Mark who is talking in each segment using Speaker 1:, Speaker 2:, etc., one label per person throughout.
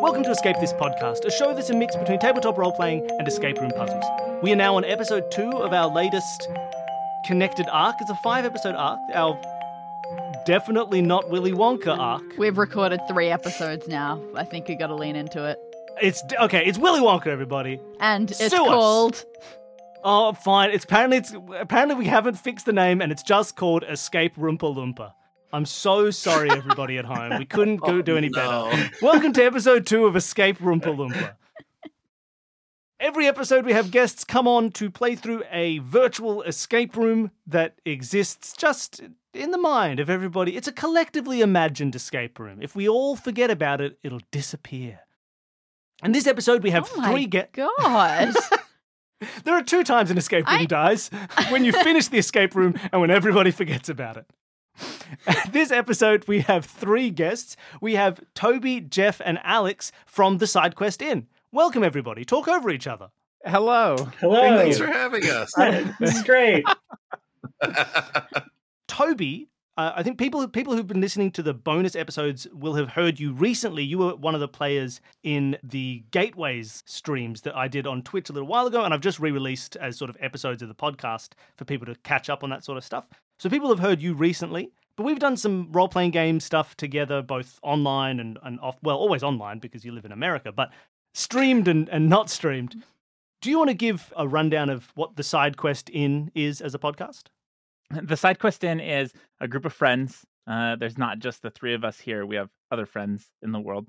Speaker 1: Welcome to Escape This Podcast, a show that's a mix between tabletop role playing and escape room puzzles. We are now on episode two of our latest connected arc. It's a five episode arc, our definitely not Willy Wonka arc.
Speaker 2: We've recorded three episodes now. I think you got to lean into it.
Speaker 1: It's okay, it's Willy Wonka, everybody.
Speaker 2: And it's
Speaker 1: Sue us.
Speaker 2: called
Speaker 1: Oh, fine. It's apparently it's apparently we haven't fixed the name and it's just called Escape Roompa Loompa. I'm so sorry, everybody at home. We couldn't go, do any better.
Speaker 3: No.
Speaker 1: Welcome to episode two of Escape Roompa Loompa. Every episode, we have guests come on to play through a virtual escape room that exists just in the mind of everybody. It's a collectively imagined escape room. If we all forget about it, it'll disappear. And this episode, we have
Speaker 2: Oh
Speaker 1: three
Speaker 2: my
Speaker 1: guests.
Speaker 2: God.
Speaker 1: There are two times an escape room
Speaker 2: I-
Speaker 1: dies when you finish the escape room and when everybody forgets about it. this episode, we have three guests. We have Toby, Jeff, and Alex from the SideQuest Inn. Welcome, everybody. Talk over each other.
Speaker 4: Hello.
Speaker 5: Hello.
Speaker 3: Hey, thanks for having us.
Speaker 5: I- this is great.
Speaker 1: Toby, uh, I think people people who've been listening to the bonus episodes will have heard you recently. You were one of the players in the Gateways streams that I did on Twitch a little while ago, and I've just re-released as sort of episodes of the podcast for people to catch up on that sort of stuff. So people have heard you recently, but we've done some role-playing game stuff together, both online and, and off. Well, always online because you live in America, but streamed and, and not streamed. Do you want to give a rundown of what the side quest in is as a podcast?
Speaker 4: The side quest in is a group of friends. Uh, there's not just the three of us here. We have other friends in the world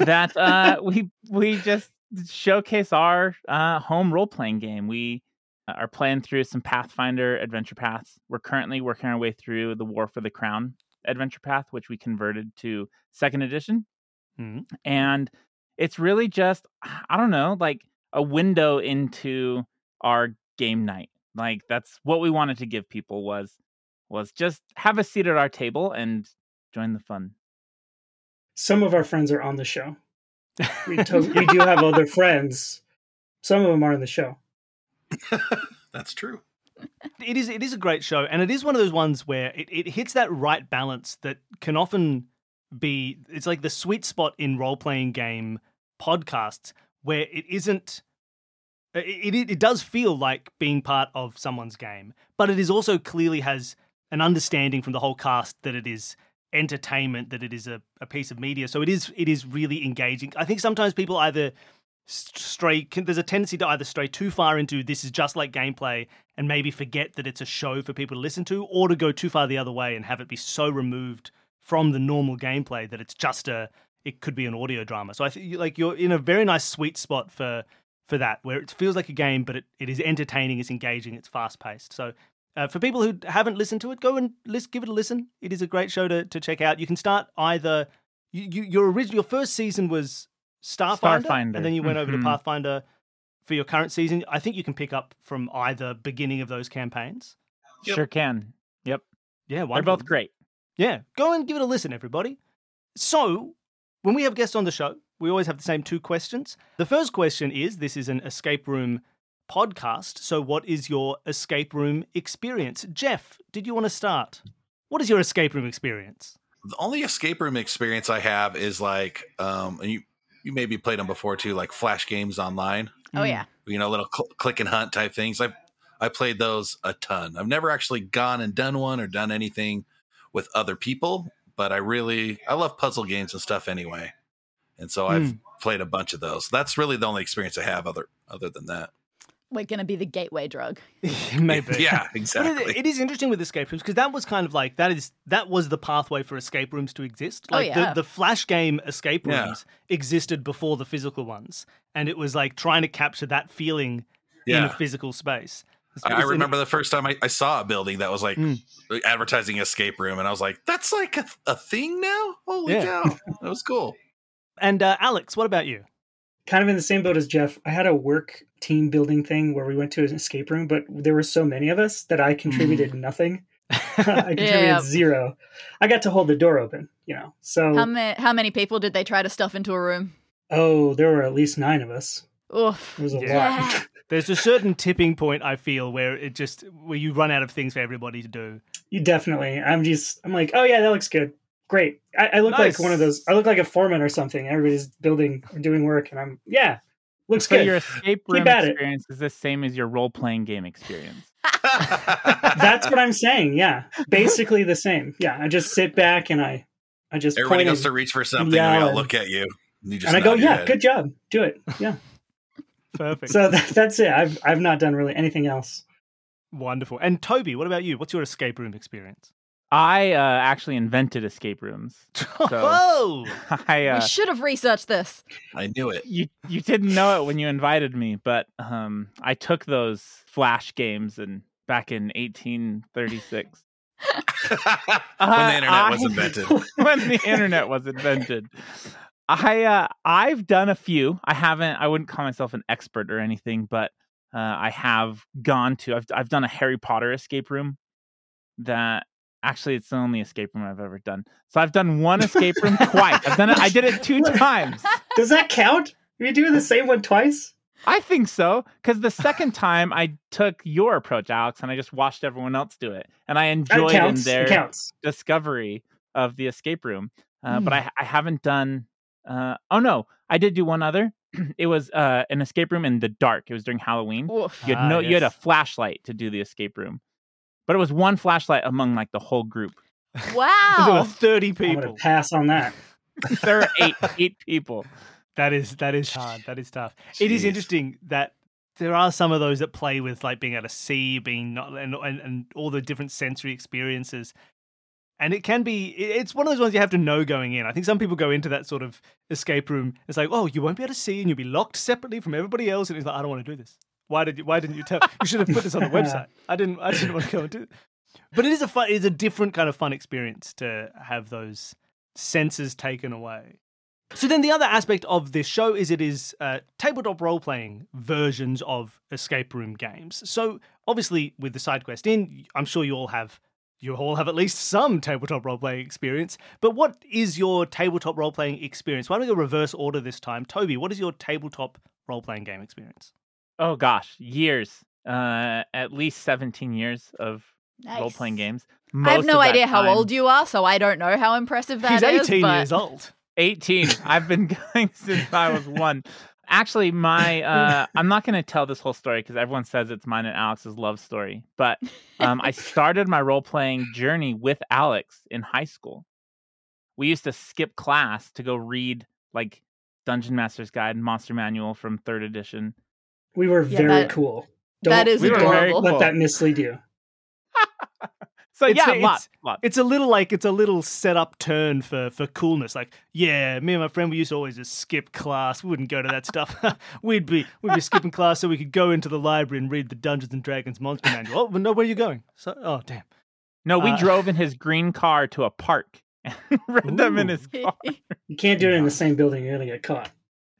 Speaker 4: that uh, we we just showcase our uh, home role playing game. We uh, are playing through some Pathfinder adventure paths. We're currently working our way through the War for the Crown adventure path, which we converted to second edition.
Speaker 1: Mhm.
Speaker 4: And it's really just I don't know, like a window into our game night. Like that's what we wanted to give people was was just have a seat at our table and join the fun.
Speaker 5: Some of our friends are on the show. We, to- we do have other friends. Some of them are on the show.
Speaker 3: That's true.
Speaker 1: it is it is a great show and it is one of those ones where it, it hits that right balance that can often be it's like the sweet spot in role-playing game podcasts where it isn't it, it, it does feel like being part of someone's game but it is also clearly has an understanding from the whole cast that it is entertainment that it is a, a piece of media so it is it is really engaging i think sometimes people either s- stray can, there's a tendency to either stray too far into this is just like gameplay and maybe forget that it's a show for people to listen to, or to go too far the other way and have it be so removed from the normal gameplay that it's just a it could be an audio drama. So I think like you're in a very nice sweet spot for for that where it feels like a game, but it, it is entertaining, it's engaging, it's fast paced. So uh, for people who haven't listened to it, go and list, give it a listen. It is a great show to, to check out. You can start either you, you your original your first season was Starfinder,
Speaker 4: Starfinder.
Speaker 1: and then you went over to
Speaker 4: Mhm.
Speaker 1: Pathfinder for your current season. I think you can pick up from either beginning of those campaigns.
Speaker 3: Yep.
Speaker 4: Sure can.
Speaker 1: Yeah,
Speaker 4: They're
Speaker 1: wonderful.
Speaker 4: both great.
Speaker 1: Yeah, go and give it a listen, everybody. So, when we have guests on the show, we always have the same two questions. The first question is this is an escape room podcast. So, what is your escape room experience? Jeff, did you want to start? What is your escape room experience?
Speaker 3: The only escape room experience I have is like, um, and you you maybe played them before too, like flash games online.
Speaker 2: oh, yeah.
Speaker 3: You know, little cl- click and hunt type things. I I played those a ton. I've never actually gone and done one or done anything with other people, but I really I love puzzle games and stuff anyway, and so
Speaker 1: Hmm.
Speaker 3: I've played a bunch of those. That's really the only experience I have other other than that.
Speaker 2: We're going to be the gateway drug.
Speaker 1: Maybe.
Speaker 3: Yeah,
Speaker 1: But it-
Speaker 3: exactly.
Speaker 1: it is interesting with escape rooms because that was kind of like that is that was the pathway for escape rooms to exist.
Speaker 2: Oh,
Speaker 1: Like
Speaker 2: yeah.
Speaker 1: the, the flash game escape
Speaker 3: Yeah.
Speaker 1: rooms existed before the physical ones, and it was like trying to capture that feeling in a physical space. It's-
Speaker 3: I, I
Speaker 1: it's-
Speaker 3: remember the first time I, I saw a building that was like
Speaker 5: Hmm.
Speaker 1: Mm.
Speaker 3: advertising escape room, and I was like, "That's like a, a thing now." Holy
Speaker 1: Yeah.
Speaker 3: cow, that was cool.
Speaker 1: And uh, Alex, what about you?
Speaker 5: Kind of in the same boat as Jeff. I had a work team building thing where we went to an escape room, but there were so many of us that I contributed
Speaker 1: Mm-hmm.
Speaker 5: nothing. I contributed
Speaker 2: Yeah.
Speaker 5: zero. I got to hold the door open, you know. So,
Speaker 2: How, ma- how many people did they try to stuff into a room?
Speaker 5: oh, there were at least nine of us.
Speaker 2: Oof.
Speaker 5: It was a
Speaker 1: Yeah.
Speaker 5: lot.
Speaker 1: There's a certain tipping point I feel where it just where you run out of things for everybody to do.
Speaker 5: You definitely. I'm just. I'm like, oh yeah, that looks good. great. I, I look
Speaker 1: Nice.
Speaker 5: like one of those. I look like a foreman or something. Everybody's building or doing work, and I'm yeah, looks
Speaker 4: So
Speaker 5: good.
Speaker 4: your escape room
Speaker 5: at it.
Speaker 4: experience is the same as your role playing game experience.
Speaker 5: That's what I'm saying. Yeah, basically the same. Yeah, I just sit back and I, I just
Speaker 3: Everybody
Speaker 5: point
Speaker 3: goes
Speaker 5: and-
Speaker 3: to reach for something, and we all
Speaker 5: Yeah.
Speaker 3: look at you. And, you just
Speaker 5: and I go,
Speaker 3: nod your
Speaker 5: yeah,
Speaker 3: head.
Speaker 5: good job, do it. Yeah.
Speaker 1: Perfect.
Speaker 5: so that, that's it. I've I've not done really anything else.
Speaker 1: Wonderful. And Toby, what about you? What's your escape room experience?
Speaker 4: I uh, actually invented escape rooms.
Speaker 1: Whoa!
Speaker 4: I uh,
Speaker 2: We should have researched this.
Speaker 3: I knew it.
Speaker 4: you you didn't know it when you invited me, but um, I took those flash games and back in 1836
Speaker 5: Uh-huh,
Speaker 3: when
Speaker 4: Uh,
Speaker 3: the internet was
Speaker 4: I-
Speaker 3: invented.
Speaker 4: when the internet was invented. I uh, I've done a few. I haven't. I wouldn't call myself an expert or anything, but uh, I have gone to. I've I've done a Harry Potter escape room. That actually, it's the only escape room I've ever done. So I've done one escape room twice. I've done it. I did it two times.
Speaker 5: Does that count? You do the same one twice?
Speaker 4: I think so. Because the second time I took your approach, Alex, and I just watched everyone else do it. And I
Speaker 5: That
Speaker 4: enjoyed in
Speaker 5: counts.
Speaker 4: their
Speaker 5: It counts.
Speaker 4: discovery of the escape room. Uh, But
Speaker 2: Hmm.
Speaker 4: I, I haven't done, uh, oh no, I did do one other. it was uh, an escape room in the dark. It was during Halloween.
Speaker 2: Woof.
Speaker 4: You had,
Speaker 1: Ah,
Speaker 4: no, you had a
Speaker 1: yes.
Speaker 4: flashlight to do the escape room. But it was one flashlight among like the whole group.
Speaker 1: There were
Speaker 2: Wow.
Speaker 1: 30
Speaker 5: I'm gonna
Speaker 1: people.
Speaker 5: pass on that.
Speaker 4: There were eight eight people.
Speaker 1: That is that is hard. That is tough. It is
Speaker 3: Jeez.
Speaker 1: interesting that there are some of those that play with like being able to see, being not, and and, and all the different sensory experiences. And it can be. it- It's one of those ones you have to know going in. I think some people go into that sort of escape room. It's like, oh, you won't be able to see, and you'll be locked separately from everybody else. And it's like, I don't want to do this. Why did you? Why didn't you tell? You should have put this on the website. I didn't. I didn't want to go and do. It. But it is a fun. It's a different kind of fun experience to have those senses taken away. So then the other aspect of this show is it is uh, tabletop role playing versions of escape room games. So obviously with the side quest in, I'm sure you all have you all have at least some tabletop role playing experience. But what is your tabletop role playing experience? Why don't we go reverse order this time? Toby, what is your tabletop role playing game experience?
Speaker 4: Oh gosh, years. Uh, at least 17 years of
Speaker 2: Nice.
Speaker 4: role playing games.
Speaker 2: I have no idea how old you are, so I don't know how impressive that is.
Speaker 1: He's 18
Speaker 2: but
Speaker 1: years old.
Speaker 4: 18. I've been going since I was one. Actually, my uh, I'm not going to tell this whole story because everyone says it's mine and Alex's love story. But um, I started my role playing journey with Alex in high school. We used to skip class to go read like Dungeon Master's Guide and Monster Manual from third edition.
Speaker 5: We were
Speaker 2: Yeah,
Speaker 5: very
Speaker 2: that-
Speaker 5: cool.
Speaker 2: that is
Speaker 4: We were
Speaker 5: don't
Speaker 4: very
Speaker 2: adorable.
Speaker 5: Let that mislead you.
Speaker 4: So
Speaker 1: It's-
Speaker 4: yeah,
Speaker 1: it's-
Speaker 4: lots, lots.
Speaker 1: It's a little like it's a little set up turn for for coolness. Like, yeah, me and my friend we used to always just skip class. We wouldn't go to that stuff. we'd be we'd be skipping class so we could go into the library and read the Dungeons and Dragons monster manual. Oh, but no, where are you going? So, oh, damn.
Speaker 4: No, we
Speaker 1: uh,
Speaker 4: drove in his green car to a park and read them in
Speaker 1: Ooh.
Speaker 4: his car.
Speaker 5: You can't do it in the same building. You're gonna get caught.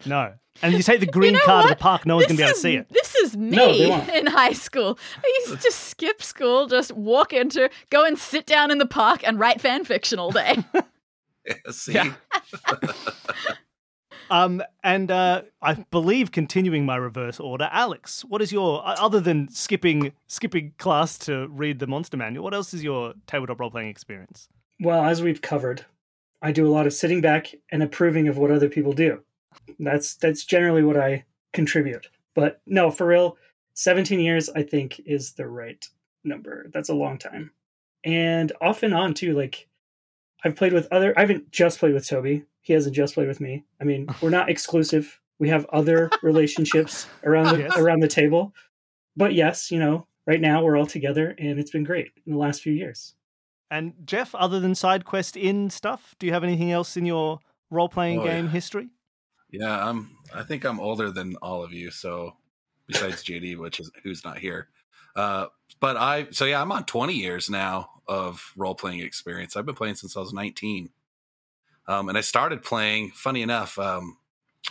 Speaker 1: No. And you take the green
Speaker 2: know
Speaker 1: car to the
Speaker 2: what?
Speaker 1: park. No one's
Speaker 2: this
Speaker 1: gonna be able
Speaker 2: is-
Speaker 1: to see it.
Speaker 2: This is me
Speaker 5: No, they won't.
Speaker 2: in high school. I used to skip school, just walk into, go and sit down in the park and write fan fiction all day.
Speaker 3: See,
Speaker 4: Yeah.
Speaker 1: Um, and uh, I believe continuing my reverse order, Alex. What is your o- other than skipping skipping class to read the monster manual? What else is your tabletop role playing experience?
Speaker 5: Well, as we've covered, I do a lot of sitting back and approving of what other people do. That's that's generally what I contribute. But no, for real, 17 years I think is the right number. That's a long time. And off and on too, like I've played with other I haven't just played with Toby. He hasn't just played with me. I mean, we're not exclusive. We have other relationships around the
Speaker 1: Yes.
Speaker 5: around the table. But yes, you know, right now we're all together and it's been great in the last few years.
Speaker 1: And Jeff, other than side quest in stuff, do you have anything else in your role playing
Speaker 3: Oh,
Speaker 1: game
Speaker 3: yeah.
Speaker 1: history?
Speaker 3: yeah, I'm. I think I'm older than all of you. So besides JD, which is who's not here, uh, but I. So yeah, I'm on 20 years now of role playing experience. I've been playing since I was 19, um, and I started playing. Funny enough, um,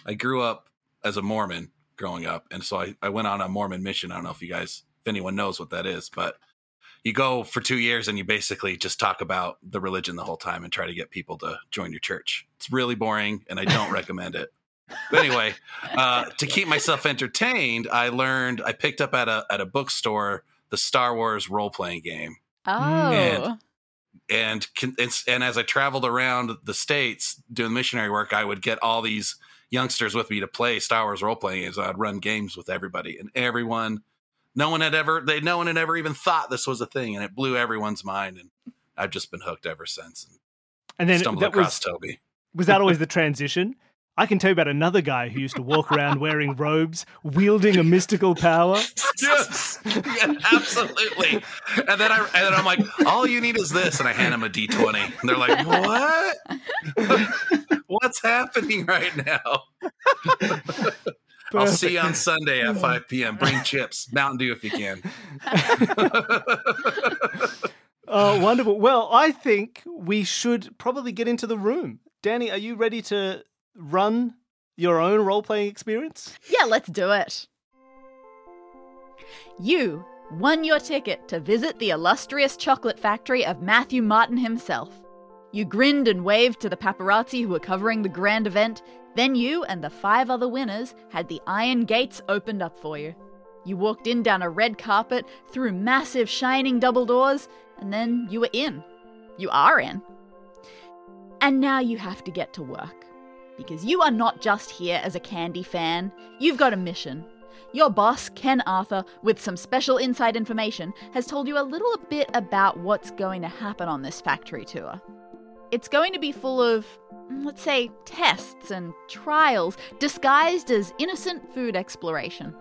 Speaker 3: I grew up as a Mormon growing up, and so I, I went on a Mormon mission. I don't know if you guys, if anyone knows what that is, but you go for two years and you basically just talk about the religion the whole time and try to get people to join your church. It's really boring, and I don't recommend it. But anyway, uh, to keep myself entertained, I learned I picked up at a at a bookstore the Star Wars role playing game
Speaker 2: Oh,
Speaker 1: Mm.
Speaker 3: And- and con- it's, and as I traveled around the states doing missionary work, I would get all these youngsters with me to play Star Wars role playing games. I'd run games with everybody, and everyone, no one had ever they no one had ever even thought this was a thing, and it blew everyone's mind. And I've just been hooked ever since. And
Speaker 1: And then
Speaker 3: stumbled
Speaker 1: that
Speaker 3: across
Speaker 1: was
Speaker 3: Toby.
Speaker 1: was that always the transition? I can tell you about another guy who used to walk around wearing robes, wielding a mystical power.
Speaker 3: Yes, yeah, absolutely. And then I and then I'm like, all you need is this, and I hand him a D twenty. And they're like, what? What's happening right now? I'll see you on Sunday at five p.m. Bring chips, Mountain Dew if you can.
Speaker 1: Oh, wonderful. Well, I think we should probably get into the room. Danny, are you ready to run your own role playing experience?
Speaker 2: Yeah, let's do it. You won your ticket to visit the illustrious chocolate factory of Matthew Martin himself. You grinned and waved to the paparazzi who were covering the grand event. Then you and the five other winners had the iron gates opened up for you. You walked in down a red carpet, through massive shining double doors, and then you were in. You are in. And now you have to get to work. Because you are not just here as a candy fan, you've got a mission. Your boss, Ken Arthur, with some special inside information, has told you a little bit about what's going to happen on this factory tour. It's going to be full of, mm, let's say, tests and trials disguised as innocent food exploration.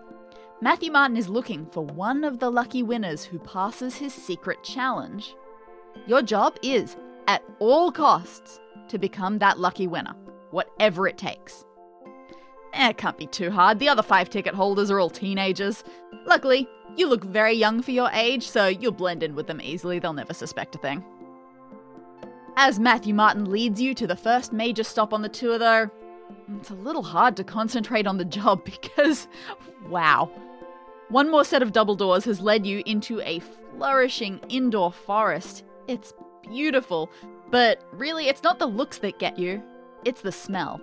Speaker 2: Matthew Martin is looking for one of the lucky winners who passes his secret challenge. Your job is, at all costs, to become that lucky winner, whatever it takes. Eh, it can't be too hard. The other five ticket holders are all teenagers. Luckily, you look very young for your age, so you'll blend in with them easily. They'll never suspect a thing. As Matthew Martin leads you to the first major stop on the tour, though, it's a little hard to concentrate on the job because, wow. One more set of double doors has led you into a flourishing indoor forest. It's beautiful, but really, it's not the looks that get you, it's the smell.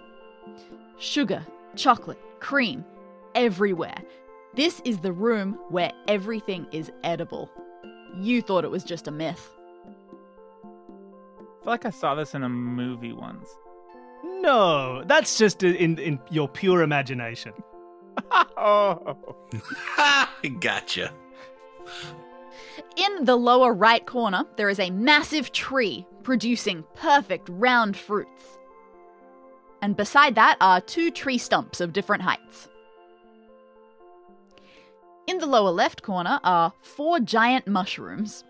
Speaker 2: Sugar, chocolate, cream, everywhere. This is the room where everything is edible. You thought it was just a myth.
Speaker 4: I feel like I saw this in a movie once.
Speaker 1: No, that's just in, in your pure imagination.
Speaker 4: Oh,
Speaker 3: gotcha.
Speaker 2: In the lower right corner, there is a massive tree producing perfect round fruits. And beside that are two tree stumps of different heights. In the lower left corner are four giant mushrooms.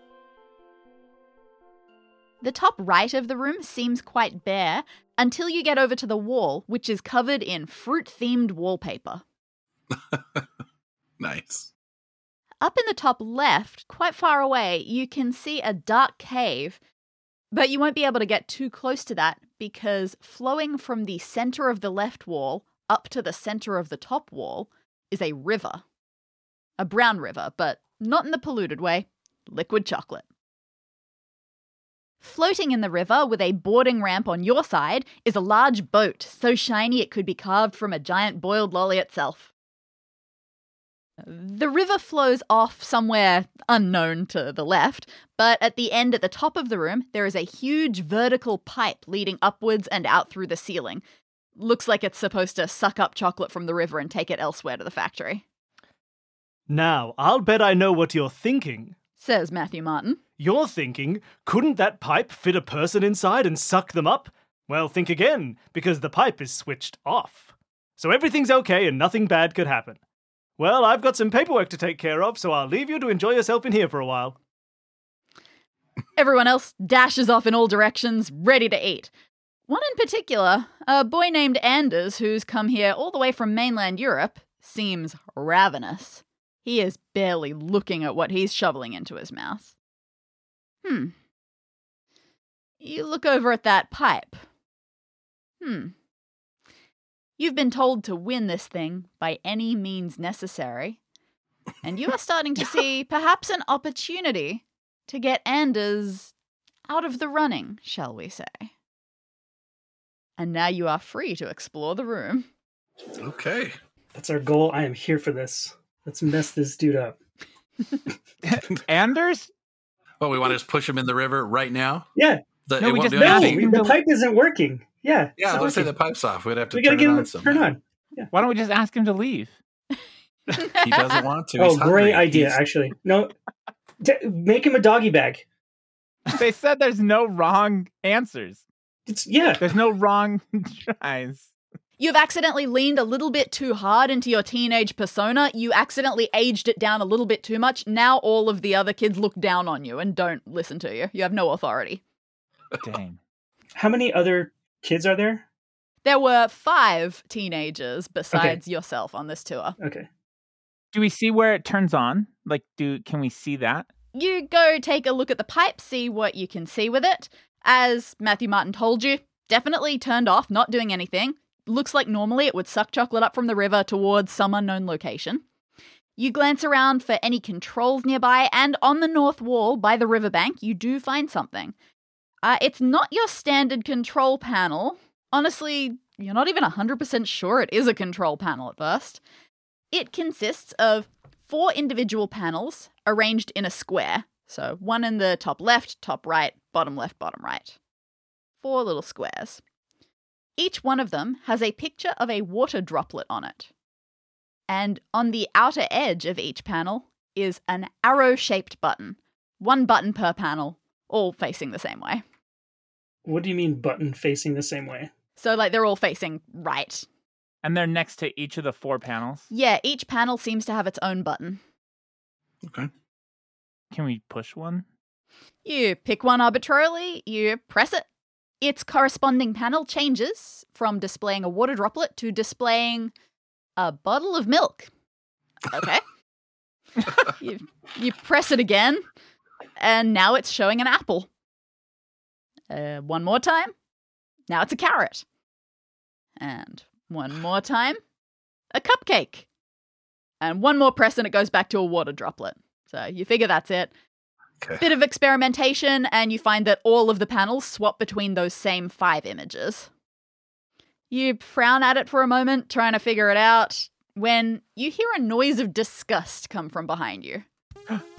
Speaker 2: The top right of the room seems quite bare until you get over to the wall, which is covered in fruit themed wallpaper.
Speaker 3: Nice.
Speaker 2: Up in the top left, quite far away, you can see a dark cave, but you won't be able to get too close to that because flowing from the center of the left wall up to the center of the top wall is a river. A brown river, but not in the polluted way, liquid chocolate. Floating in the river with a boarding ramp on your side is a large boat so shiny it could be carved from a giant boiled lolly itself. The river flows off somewhere unknown to the left, but at the end, at the top of the room, there is a huge vertical pipe leading upwards and out through the ceiling. Looks like it's supposed to suck up chocolate from the river and take it elsewhere to the factory,
Speaker 1: Now, I'll bet I know what you're thinking.
Speaker 2: says Matthew Martin.
Speaker 1: You're thinking, couldn't that pipe fit a person inside and suck them up? Well, think again, because the pipe is switched off. So everything's okay and nothing bad could happen. Well, I've got some paperwork to take care of, so I'll leave you to enjoy yourself in here for a while.
Speaker 2: Everyone else dashes off in all directions, ready to eat. One in particular, a boy named Anders, who's come here all the way from mainland Europe, seems ravenous. He is barely looking at what he's shoveling into his mouth. Hmm. You look over at that pipe. Hmm. You've been told to win this thing by any means necessary, and you are starting to see perhaps an opportunity to get Anders out of the running, shall we say. And now you are free to explore the room.
Speaker 3: Okay.
Speaker 5: That's our goal. I am here for this. Let's mess this dude up.
Speaker 4: Anders,
Speaker 3: Well, we want to just push him in the river right now.
Speaker 5: Yeah.
Speaker 3: The,
Speaker 4: No,
Speaker 3: it
Speaker 4: we
Speaker 3: won't
Speaker 4: just-
Speaker 3: do
Speaker 4: no,
Speaker 5: No,
Speaker 3: anything.
Speaker 5: we- the pipe isn't working. Yeah. it's
Speaker 3: yeah,
Speaker 5: not
Speaker 3: let's say
Speaker 5: working.
Speaker 3: the pipe's off. We'd have to
Speaker 5: we
Speaker 3: turn
Speaker 5: gotta
Speaker 3: it
Speaker 5: get him
Speaker 3: on
Speaker 5: to
Speaker 3: somehow.
Speaker 5: turn on.
Speaker 4: Why don't we just ask him to leave?
Speaker 3: He doesn't want to.
Speaker 5: Oh,
Speaker 3: He's hungry.
Speaker 5: great idea.
Speaker 3: He's-
Speaker 5: Actually, no, T- make him a doggy bag.
Speaker 4: they said there's no wrong answers.
Speaker 5: It's yeah.
Speaker 4: There's no wrong tries.
Speaker 2: You've accidentally leaned a little bit too hard into your teenage persona. You accidentally aged it down a little bit too much. Now all of the other kids look down on you and don't listen to you. You have no authority.
Speaker 4: Dang.
Speaker 5: How many other kids are there?
Speaker 2: There were five teenagers besides yourself on this tour.
Speaker 5: Okay.
Speaker 4: Do we see where it turns on? Like, do can we see that?
Speaker 2: You go take a look at the pipe, see what you can see with it. As Matthew Martin told you, definitely turned off, not doing anything. Looks like normally it would suck chocolate up from the river towards some unknown location. You glance around for any controls nearby, and on the north wall by the riverbank, you do find something. Uh, it's not your standard control panel. Honestly, you're not even 100% sure it is a control panel at first. It consists of four individual panels arranged in a square. So one in the top left, top right, bottom left, bottom right. Four little squares. Each one of them has a picture of a water droplet on it. And on the outer edge of each panel is an arrow shaped button, one button per panel, all facing the same way.
Speaker 5: What do you mean button facing the same way?
Speaker 2: So, like, they're all facing right.
Speaker 4: And they're next to each of the four panels.
Speaker 2: Yeah, each panel seems to have its own button.
Speaker 4: Can we push one?
Speaker 2: You pick one arbitrarily, you press it. Its corresponding panel changes from displaying a water droplet to displaying a bottle of milk. Okay. you, you press it again, and now it's showing an apple. Uh, one more time. Now it's a carrot. And one more time, a cupcake. And one more press, and it goes back to a water droplet. So you figure that's it
Speaker 3: Okay.
Speaker 2: bit of experimentation and you find that all of the panels swap between those same five images. You frown at it for a moment, trying to figure it out, when you hear a noise of disgust come from behind you.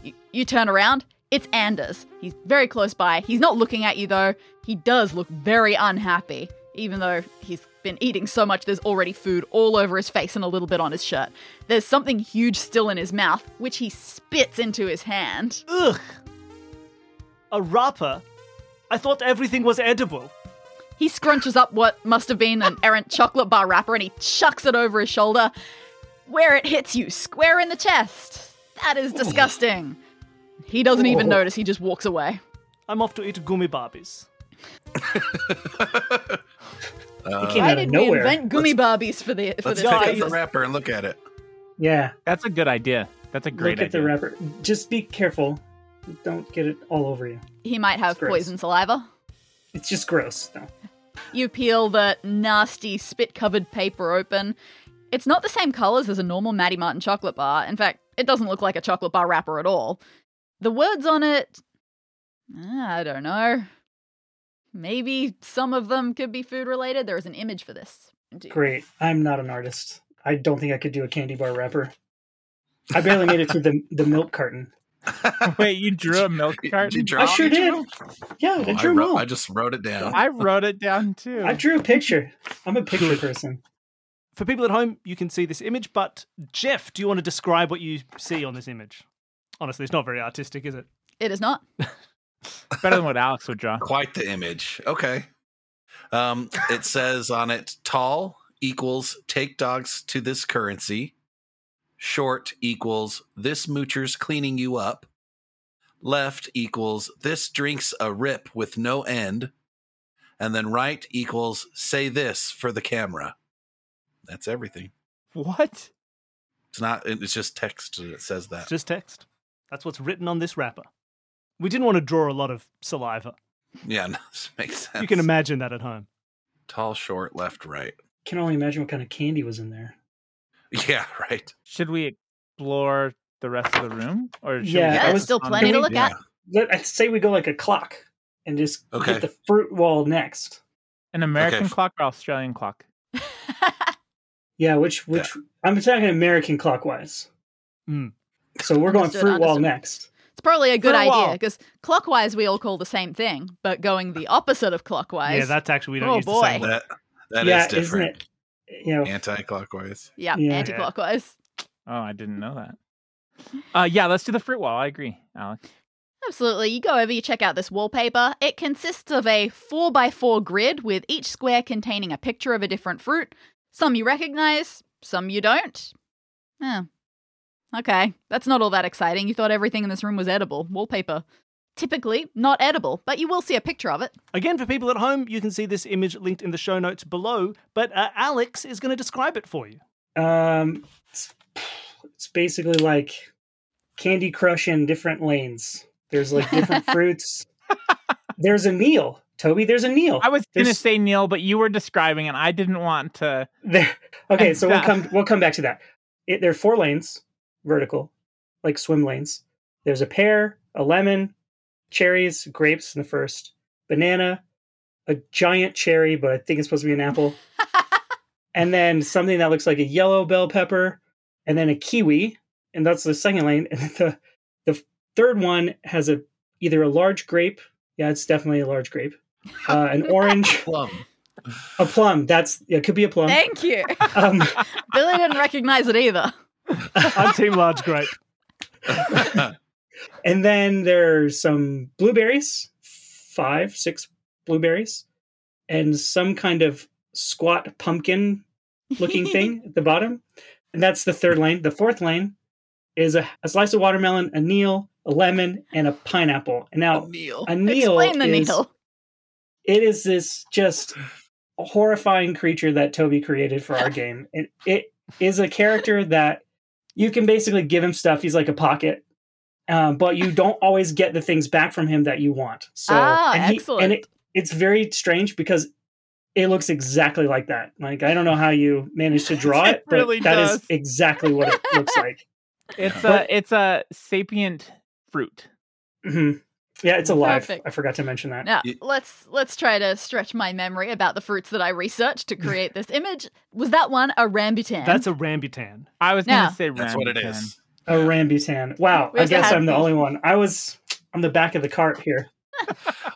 Speaker 2: you, you turn around. It's Anders. He's very close by. He's not looking at you, though. He does look very unhappy, even though he's been eating so much there's already food all over his face and a little bit on his shirt. There's something huge still in his mouth, which he spits into his hand.
Speaker 1: Ugh. A wrapper? I thought everything was edible.
Speaker 2: He scrunches up what must have been an errant chocolate bar wrapper and he chucks it over his shoulder, where it hits you square in the chest. That is disgusting. He doesn't even notice, he just walks away.
Speaker 1: I'm off to eat gummy barbies.
Speaker 5: it came
Speaker 2: Why
Speaker 5: out of
Speaker 2: did we
Speaker 5: nowhere.
Speaker 2: invent gummy barbies for the for
Speaker 3: Let's
Speaker 2: this?
Speaker 3: pick up
Speaker 1: guys-
Speaker 3: the
Speaker 2: season?
Speaker 3: wrapper and look at it.
Speaker 5: yeah.
Speaker 4: That's a good idea. That's a great
Speaker 5: look at the
Speaker 4: idea.
Speaker 5: wrapper. Just be careful. Don't get it all over you.
Speaker 2: He might have
Speaker 5: It's gross.
Speaker 2: poison saliva.
Speaker 5: It's just gross. No.
Speaker 2: You peel the nasty spit covered paper open. It's not the same colours as a normal Matty Martin chocolate bar. In fact, it doesn't look like a chocolate bar wrapper at all. The words on it. ah, I don't know. Maybe some of them could be food related. There is an image for this. Do you-
Speaker 5: Great. I'm not an artist. I don't think I could do a candy bar wrapper. I barely made it through the the milk carton.
Speaker 4: Wait, you drew a milk
Speaker 3: Did you
Speaker 4: carton?
Speaker 3: draw
Speaker 5: I sure
Speaker 3: it?
Speaker 5: did. Yeah,
Speaker 3: Oh,
Speaker 5: I
Speaker 3: I,
Speaker 5: drew
Speaker 3: wrote-
Speaker 5: them all.
Speaker 3: I just wrote it down.
Speaker 4: I wrote it down too.
Speaker 5: I drew a picture. I'm a picture person.
Speaker 1: For people at home, you can see this image, but Jeff, do you want to describe what you see on this image? Honestly, it's not very artistic, is it?
Speaker 2: It is not.
Speaker 4: Better than what Alex would draw.
Speaker 3: Quite the image. Okay. Um, it says on it tall equals take dogs to this currency, short equals this moocher's cleaning you up, left equals this drinks a rip with no end, and then right equals say this for the camera. That's everything.
Speaker 4: What?
Speaker 3: It's not, it's just text and it says
Speaker 1: It's
Speaker 3: that.
Speaker 1: just text. That's what's written on this wrapper. We didn't want to draw a lot of saliva.
Speaker 3: Yeah, no, this makes sense.
Speaker 1: You can imagine that at home.
Speaker 3: Tall, short, left, right.
Speaker 5: Can only imagine what kind of candy was in there.
Speaker 3: Yeah, right.
Speaker 4: Should we explore the rest of the room? Or should
Speaker 5: Yeah,
Speaker 4: we
Speaker 5: I
Speaker 2: Yeah, there's
Speaker 5: was-
Speaker 4: focus
Speaker 2: still
Speaker 4: on-
Speaker 2: plenty to
Speaker 5: Can we-
Speaker 2: look at.
Speaker 5: Let I say we go like a clock and just
Speaker 3: Okay.
Speaker 5: get the fruit wall next.
Speaker 4: An American
Speaker 3: Okay.
Speaker 4: clock or Australian clock?
Speaker 5: Yeah, which which I'm talking American clockwise.
Speaker 1: Mm.
Speaker 5: So we're going
Speaker 3: Hmm.
Speaker 2: Understood,
Speaker 5: fruit wall
Speaker 2: understood.
Speaker 5: next.
Speaker 2: It's It's probably a good
Speaker 1: a
Speaker 2: idea
Speaker 1: while.
Speaker 2: because clockwise we all call the same thing, but going the opposite of clockwise.
Speaker 1: Yeah, that's actually we don't
Speaker 2: Oh,
Speaker 1: use the same
Speaker 2: boy.
Speaker 1: word.
Speaker 3: That that is
Speaker 5: yeah, isn't
Speaker 3: different.
Speaker 5: it? Oh. You know,
Speaker 3: Anti-clockwise.
Speaker 2: yeah,
Speaker 5: Yeah.
Speaker 2: anti-clockwise.
Speaker 4: Oh, I didn't know that. Uh, yeah, let's do the fruit wall. I agree, Alex.
Speaker 2: Absolutely. You go over, you check out this wallpaper. It consists of a 4x4 grid with each square containing a picture of a different fruit. Some you recognize, some you don't. Huh. Okay, that's not all that exciting. You thought everything in this room was edible. Wallpaper. Typically not edible, but you will see a picture of it.
Speaker 1: Again, for people at home, you can see this image linked in the show notes below, but uh, Alex is going to describe it for you.
Speaker 5: um, it's, it's basically like Candy Crush in different lanes. There's like different fruits. There's a meal, Toby. There's a meal.
Speaker 4: I was going to
Speaker 5: There's-
Speaker 4: say Neil, but you were describing, and I didn't want to.
Speaker 5: There. Okay,
Speaker 4: And
Speaker 5: so we'll
Speaker 4: that-
Speaker 5: come we'll come back to that. It, there are four lanes, vertical, like swim lanes. There's a pear, a lemon, cherries, grapes in the first, banana, a giant cherry, but I think it's supposed to be an apple, and then something that looks like a yellow bell pepper, and then a kiwi, and that's the second lane. And then the the third one has a either a large grape, yeah, it's definitely a large grape, uh, an orange,
Speaker 3: Plum.
Speaker 5: a plum. That's yeah, it could be a plum.
Speaker 2: Thank you.
Speaker 5: Um,
Speaker 2: Billy didn't recognize it either.
Speaker 1: I'm Team Large Grape.
Speaker 5: And then there's some blueberries, five, six blueberries, and some kind of squat pumpkin looking thing at the bottom. And that's the third lane. The fourth lane is a, a slice of watermelon, a Neil, a lemon, and a pineapple. And now
Speaker 3: Neil.
Speaker 5: a Neil,
Speaker 2: Explain the
Speaker 5: is,
Speaker 2: needle.
Speaker 5: it is this just horrifying creature that Toby created for our game. And it is a character that you can basically give him stuff. He's like a pocket. Um, but you don't always get the things back from him that you want. So
Speaker 2: Ah,
Speaker 5: and he-
Speaker 2: excellent.
Speaker 5: and it, it's very strange because it looks exactly like that. Like I don't know how you managed to draw
Speaker 4: It
Speaker 5: it, but
Speaker 4: really
Speaker 5: that is
Speaker 4: does.
Speaker 5: exactly what it looks like.
Speaker 4: It's
Speaker 5: Yeah.
Speaker 4: a it's a sapient fruit.
Speaker 5: Mhm. Yeah, it's alive.
Speaker 2: Perfect.
Speaker 5: I forgot to mention that.
Speaker 2: Now
Speaker 3: You-
Speaker 2: let's let's try to stretch my memory about the fruits that I researched to create this image. Was that one a rambutan?
Speaker 1: That's a rambutan.
Speaker 4: I was
Speaker 2: No.
Speaker 4: going to say
Speaker 3: That's what it
Speaker 4: rambutan.
Speaker 3: is.
Speaker 5: A rambutan. Wow,
Speaker 2: Where's
Speaker 5: I
Speaker 2: the
Speaker 5: guess I'm the
Speaker 2: happy?
Speaker 5: only one. I was on the back of the cart here.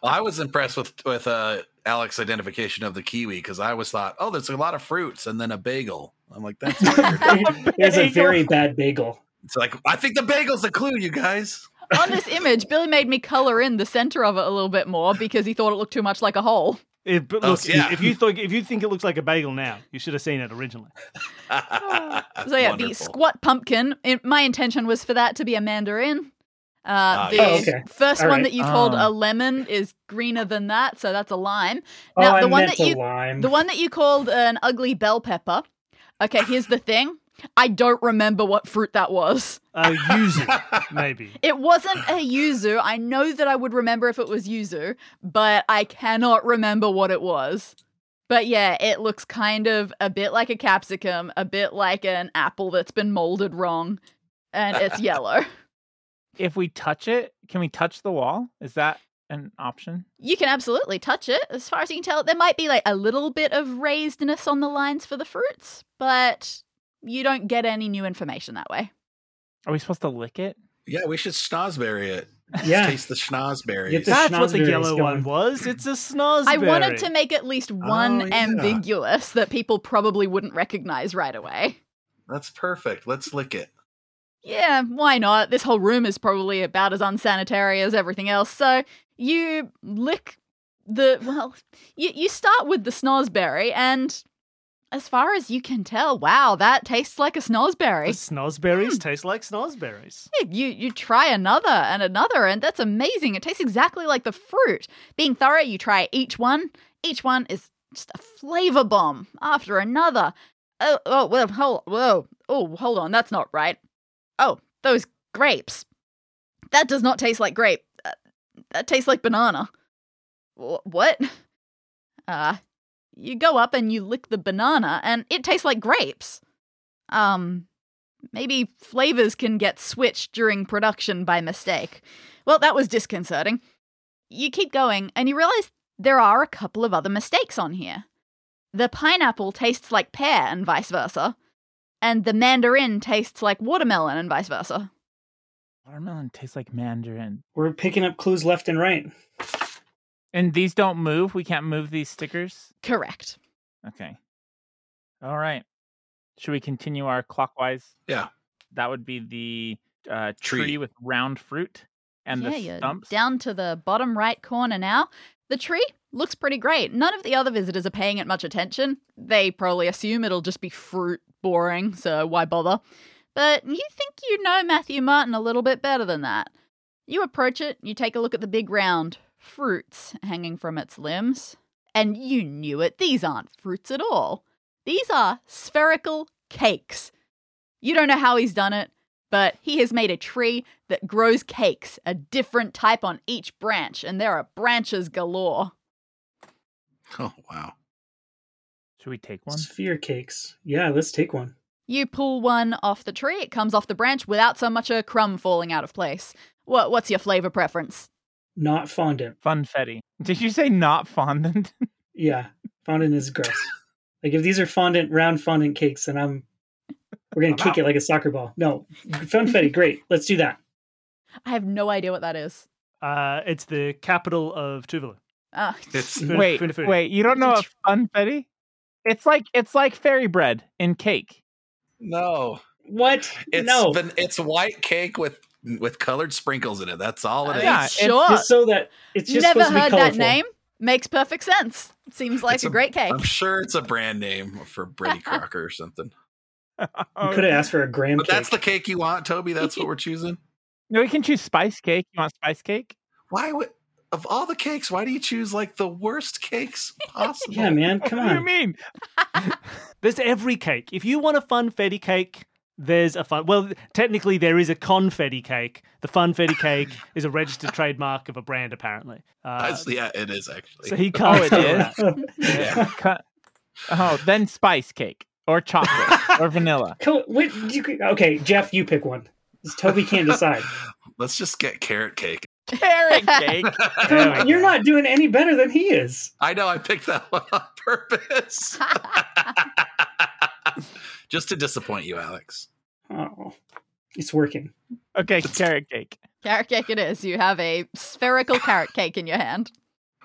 Speaker 3: I was impressed with with uh, Alex's identification of the kiwi because I was thought, oh, there's a lot of fruits and then a bagel. I'm like, that's weird.
Speaker 5: There's a
Speaker 4: Bagel.
Speaker 5: very bad bagel.
Speaker 3: it's like I think the bagel's the clue, you guys.
Speaker 2: On this image, Billy made me color in the center of it a little bit more because he thought it looked too much like a hole.
Speaker 1: It, but
Speaker 3: Oh,
Speaker 1: look,
Speaker 3: yeah.
Speaker 1: if you think if you think it looks like a bagel now, you should have seen it originally.
Speaker 2: Ah. So yeah, the
Speaker 3: Wonderful.
Speaker 2: squat pumpkin. It, my intention was for that to be a mandarin. Uh,
Speaker 3: Ah,
Speaker 2: the
Speaker 3: yes.
Speaker 5: Oh, okay.
Speaker 2: first
Speaker 5: All
Speaker 2: one
Speaker 5: right. Uh.
Speaker 2: that you called
Speaker 4: Ah.
Speaker 2: a lemon is greener than that, so that's a lime.
Speaker 5: Oh,
Speaker 2: Now,
Speaker 5: I
Speaker 2: the one
Speaker 5: meant
Speaker 2: that
Speaker 5: a
Speaker 2: you-
Speaker 5: lime.
Speaker 2: The one that you called an ugly bell pepper. Okay, here's the thing. I don't remember what fruit that was.
Speaker 1: Uh, yuzu, maybe.
Speaker 2: It wasn't a yuzu. I know that I would remember if it was yuzu, but I cannot remember what it was. But yeah, it looks kind of a bit like a capsicum, a bit like an apple that's been molded wrong, and it's yellow.
Speaker 4: If we touch it, can we touch the wall? Is that an option?
Speaker 2: You can absolutely touch it. As far as you can tell, there might be like a little bit of raisedness on the lines for the fruits, but you don't get any new information that way.
Speaker 4: Are we supposed to lick it?
Speaker 3: yeah, we should schnozberry it.
Speaker 5: yeah,
Speaker 3: Taste the schnozberries.
Speaker 5: Get the-
Speaker 1: That's what the
Speaker 5: schnozberry's
Speaker 1: yellow one
Speaker 5: going.
Speaker 1: was. It's a snozberry.
Speaker 2: I wanted to make at least one
Speaker 3: Oh, yeah.
Speaker 2: ambiguous that people probably wouldn't recognize right away.
Speaker 3: That's perfect. Let's lick it.
Speaker 2: Yeah, why not? This whole room is probably about as unsanitary as everything else. So you lick the well, you you start with the snozberry, and as far as you can tell, wow, that tastes like a
Speaker 1: The
Speaker 2: snozberry.
Speaker 1: snozberries taste like snozberries.
Speaker 2: Yeah, You you try another and another, and that's amazing. It tastes exactly like the fruit. Being thorough, you try each one. Each one is just a flavor bomb after another. Oh oh whoa hold whoa oh hold on that's not right. Oh those grapes. That does not taste like grape. Uh, that tastes like banana. Wh- What? Uh, you go up and you lick the banana, and it tastes like grapes. Um, Maybe flavors can get switched during production by mistake. Well, that was disconcerting. You keep going, and you realize there are a couple of other mistakes on here. The pineapple tastes like pear, and vice versa, and the mandarin tastes like watermelon, and vice versa.
Speaker 4: Watermelon tastes like mandarin.
Speaker 5: We're picking up clues left and right.
Speaker 4: And these don't move. We can't move these stickers.
Speaker 2: Correct.
Speaker 4: Okay. All right. Should we continue our clockwise?
Speaker 3: Yeah.
Speaker 4: That would be the uh, tree.
Speaker 3: Tree.
Speaker 4: with round fruit and
Speaker 2: yeah,
Speaker 4: the
Speaker 2: you're
Speaker 4: stumps.
Speaker 2: down to the bottom right corner now. The tree looks pretty great. None of the other visitors are paying it much attention. They probably assume it'll just be fruit boring, so why bother? But you think you know Matthew Martin a little bit better than that. You approach it, you take a look at the big round fruits hanging from its limbs, and you knew it. These aren't fruits at all. These are spherical cakes. You don't know how he's done it, but he has made a tree that grows cakes, a different type on each branch, and there are branches galore.
Speaker 3: Oh wow.
Speaker 4: Should we take one?
Speaker 5: Sphere cakes. Yeah, let's take one.
Speaker 2: You pull one off the tree, it comes off the branch without so much a crumb falling out of place. What, what's your flavor preference?
Speaker 5: Not fondant.
Speaker 4: Funfetti. Did you say not fondant?
Speaker 5: Yeah, fondant is gross. like if these are fondant, round fondant cakes, then I'm we're gonna
Speaker 4: I'm
Speaker 5: kick
Speaker 4: out.
Speaker 5: it like a soccer ball. No, funfetti. great. Let's do that.
Speaker 2: I have no idea what that is.
Speaker 1: Uh, it's the capital of Tuvalu.
Speaker 2: Uh,
Speaker 3: It's
Speaker 1: Fun-
Speaker 4: wait,
Speaker 1: funfetti.
Speaker 4: wait. You don't know a funfetti? It's like it's like fairy bread in cake.
Speaker 3: no.
Speaker 5: What?
Speaker 3: It's
Speaker 5: no.
Speaker 3: van- it's white cake with with colored sprinkles in it. That's all
Speaker 5: Uh,
Speaker 3: it is.
Speaker 4: Yeah, it's-
Speaker 2: sure.
Speaker 5: just so that it's just
Speaker 2: Never
Speaker 5: supposed to be
Speaker 2: heard that
Speaker 5: colorful.
Speaker 2: name. Makes perfect sense. Seems like
Speaker 3: It's
Speaker 2: a,
Speaker 3: a-
Speaker 2: great cake.
Speaker 3: I'm sure it's a brand name for Brady Crocker or something.
Speaker 5: You could have asked for a graham
Speaker 3: But
Speaker 5: cake.
Speaker 3: that's the cake you want, Toby. That's what we're choosing.
Speaker 4: No, we can choose spice cake. You want spice cake?
Speaker 3: Why would of all the cakes, why do you choose like the worst cakes possible?
Speaker 5: yeah, man. Come
Speaker 4: what do you
Speaker 5: on.
Speaker 4: mean?
Speaker 1: There's every cake. If you want a funfetti cake, there's a fun. Well, technically, there is a confetti cake. The funfetti cake is a registered trademark of a brand, apparently. Uh,
Speaker 3: That's- Oh, yeah, it is actually.
Speaker 1: so he can't.
Speaker 4: it
Speaker 1: steal
Speaker 4: is?
Speaker 1: that.
Speaker 3: Yeah.
Speaker 4: Cu- Oh, then spice cake or chocolate or vanilla.
Speaker 5: Co- wait, you could- okay, Jeff, you pick one. 'Cause Toby can't decide.
Speaker 3: Let's just get carrot cake.
Speaker 4: Carrot cake.
Speaker 1: There we go.
Speaker 5: You're not doing any better than he is.
Speaker 3: I know I picked that one on purpose. just to disappoint you, Alex.
Speaker 5: Oh, it's working.
Speaker 4: Okay, carrot cake.
Speaker 2: carrot cake it is. You have a spherical carrot cake in your hand.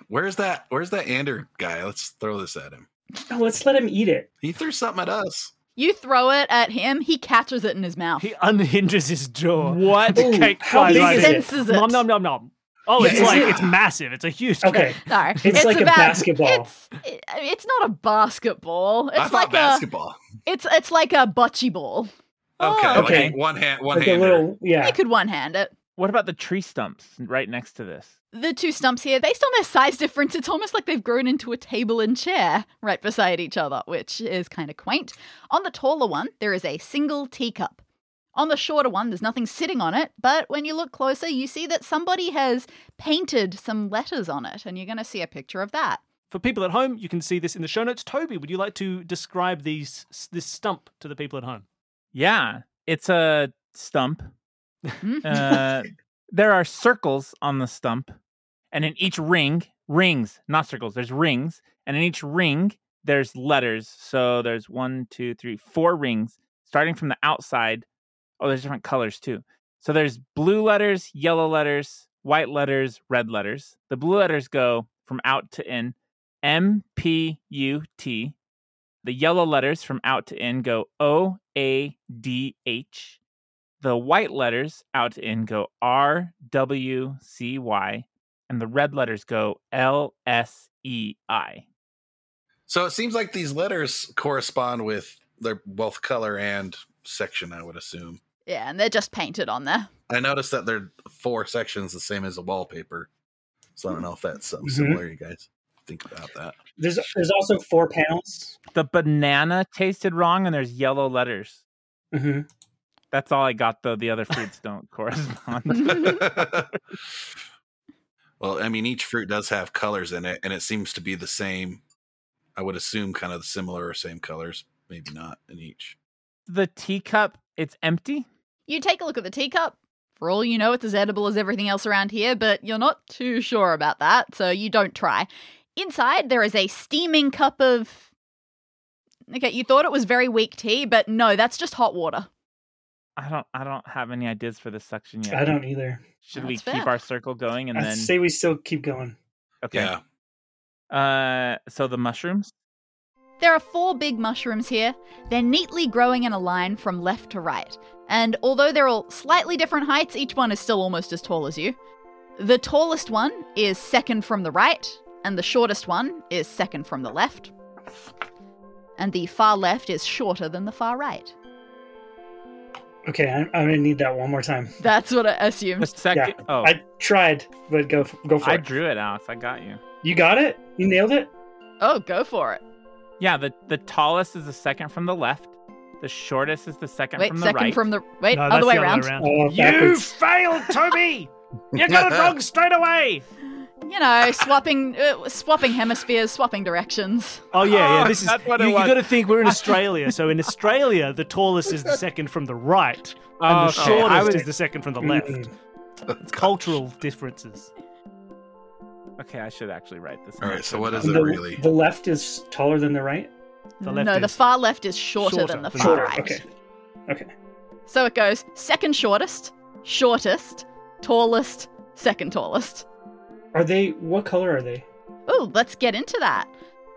Speaker 3: Where's that where's that Ander guy? Let's throw this at him.
Speaker 5: No, Oh, let's let him eat it.
Speaker 3: He threw something at us.
Speaker 2: You throw it at him, he catches it in his mouth.
Speaker 1: He unhinges his jaw.
Speaker 4: What?
Speaker 5: Ooh,
Speaker 1: cake
Speaker 5: how
Speaker 1: flies
Speaker 5: big
Speaker 1: right
Speaker 5: is
Speaker 1: in.
Speaker 5: it?
Speaker 2: senses it.
Speaker 1: Nom nom nom nom. Oh,
Speaker 5: Yeah,
Speaker 1: it's
Speaker 5: is
Speaker 1: like
Speaker 5: it-
Speaker 1: it's massive. It's a huge.
Speaker 5: Okay,
Speaker 2: Sorry.
Speaker 5: It's like a
Speaker 2: about,
Speaker 5: basketball.
Speaker 2: It's, it- it's not a basketball.
Speaker 3: I
Speaker 2: It's
Speaker 3: thought
Speaker 2: like
Speaker 3: basketball.
Speaker 2: a it's it's like a bocce ball.
Speaker 3: Okay,
Speaker 2: Oh,
Speaker 5: okay.
Speaker 3: like one hand one
Speaker 5: like
Speaker 3: hand.
Speaker 5: a little. Yeah,
Speaker 2: You could one hand it.
Speaker 4: What about the tree stumps right next to this?
Speaker 2: The two stumps here, based on their size difference, it's almost like they've grown into a table and chair right beside each other, which is kind of quaint. On the taller one, there is a single teacup. On the shorter one, there's nothing sitting on it, but when you look closer, you see that somebody has painted some letters on it, and you're going to see a picture of that.
Speaker 1: For people at home, you can see this in the show notes. Toby, would you like to describe these this stump to the people at home?
Speaker 4: Yeah, it's a stump.
Speaker 2: Hmm?
Speaker 4: Uh, there are circles on the stump, and in each ring, rings, not circles, there's rings, and in each ring, there's letters. So there's one, two, three, four rings starting from the outside. Oh, there's different colors too. So there's blue letters, yellow letters, white letters, red letters. The blue letters go from out to in M, P, U, T. The yellow letters from out to in go O, A, D, H. The white letters out to in go R W C Y, and the red letters go L S E I.
Speaker 3: So it seems like these letters correspond with their both color and section, I would assume.
Speaker 2: Yeah, and they're just painted on there.
Speaker 3: I noticed that they're four sections the same as a wallpaper. So I don't know if that's something
Speaker 5: Mhm.
Speaker 3: similar you guys think about that.
Speaker 5: there's there's also four panels.
Speaker 4: The banana tasted wrong, and there's yellow letters.
Speaker 5: hmm
Speaker 4: That's all I got, though. The other fruits don't correspond.
Speaker 3: well, I mean, each fruit does have colors in it, and it seems to be the same. I would assume kind of similar or same colors, maybe not in each.
Speaker 4: The teacup, it's empty.
Speaker 2: You take a look at the teacup. For all you know, it's as edible as everything else around here, but you're not too sure about that, so you don't try. Inside, there is a steaming cup of. Okay, you thought it was very weak tea, but no, that's just hot water.
Speaker 4: I don't I don't have any ideas for this section yet.
Speaker 5: I don't either.
Speaker 4: Should we
Speaker 2: That's
Speaker 4: keep
Speaker 2: fair.
Speaker 4: our circle going and
Speaker 5: I
Speaker 4: then
Speaker 5: say we still keep going.
Speaker 4: okay.
Speaker 3: Yeah.
Speaker 4: Uh, so the mushrooms.
Speaker 2: There are four big mushrooms here. They're neatly growing in a line from left to right, and although they're all slightly different heights, each one is still almost as tall as you. The tallest one is second from the right, and the shortest one is second from the left. And the far left is shorter than the far right.
Speaker 5: Okay, I'm, I'm gonna need that one more time.
Speaker 2: That's what I
Speaker 4: The
Speaker 2: assumed.
Speaker 4: second. Oh, I,
Speaker 5: I tried, but go f- go for it.
Speaker 4: drew it, Alex. I got you.
Speaker 5: You got it. You nailed it.
Speaker 2: Oh, go for it.
Speaker 4: Yeah. The the tallest is the second from the left. The shortest is the second
Speaker 2: Wait,
Speaker 4: from the
Speaker 2: second
Speaker 4: right.
Speaker 2: from the wait,
Speaker 1: No, that's
Speaker 2: other way
Speaker 1: the
Speaker 2: around.
Speaker 5: Oh,
Speaker 1: You
Speaker 5: backwards.
Speaker 1: failed, Toby. You got it wrong straight away.
Speaker 2: You know, swapping uh, swapping hemispheres, swapping directions.
Speaker 1: Oh yeah, yeah.
Speaker 4: Oh,
Speaker 1: This is
Speaker 4: that's what it
Speaker 1: you, you
Speaker 4: was.
Speaker 1: got to think we're in Australia. So in Australia, the tallest is the second from the right, and the
Speaker 4: Oh, okay, I
Speaker 1: shortest
Speaker 4: was-
Speaker 1: is the second from the
Speaker 5: Mm.
Speaker 1: left. It's cultural differences.
Speaker 4: Okay, I should actually write this.
Speaker 3: All right, so what is
Speaker 5: The,
Speaker 3: it really?
Speaker 5: the left is taller than the right.
Speaker 1: The left
Speaker 2: no, the
Speaker 1: is
Speaker 2: far left is shorter,
Speaker 1: shorter
Speaker 2: than the
Speaker 1: than
Speaker 2: far
Speaker 1: the
Speaker 2: right.
Speaker 1: left.
Speaker 5: Okay. Okay.
Speaker 2: So it goes second shortest, shortest, tallest, second tallest.
Speaker 5: Are they? What color are they?
Speaker 2: Oh, let's get into that.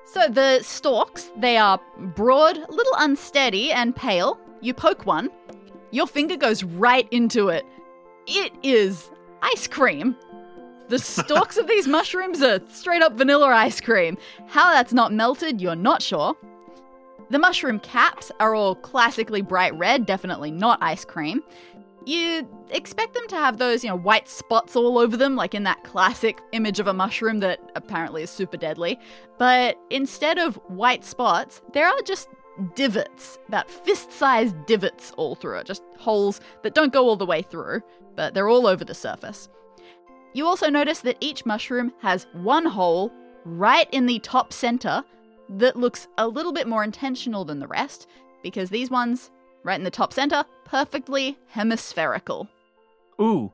Speaker 2: So the stalks, they are broad, a little unsteady, and pale. You poke one, your finger goes right into it. It is ice cream. The stalks of these mushrooms are straight up vanilla ice cream. How that's not melted, you're not sure. The mushroom caps are all classically bright red, definitely not ice cream. You expect them to have those, you know, white spots all over them, like in that classic image of a mushroom that apparently is super deadly. But instead of white spots, there are just divots, about fist sized divots all through it, just holes that don't go all the way through, but they're all over the surface. You also notice that each mushroom has one hole right in the top center that looks a little bit more intentional than the rest, because these ones right in the top center, perfectly hemispherical.
Speaker 4: Ooh,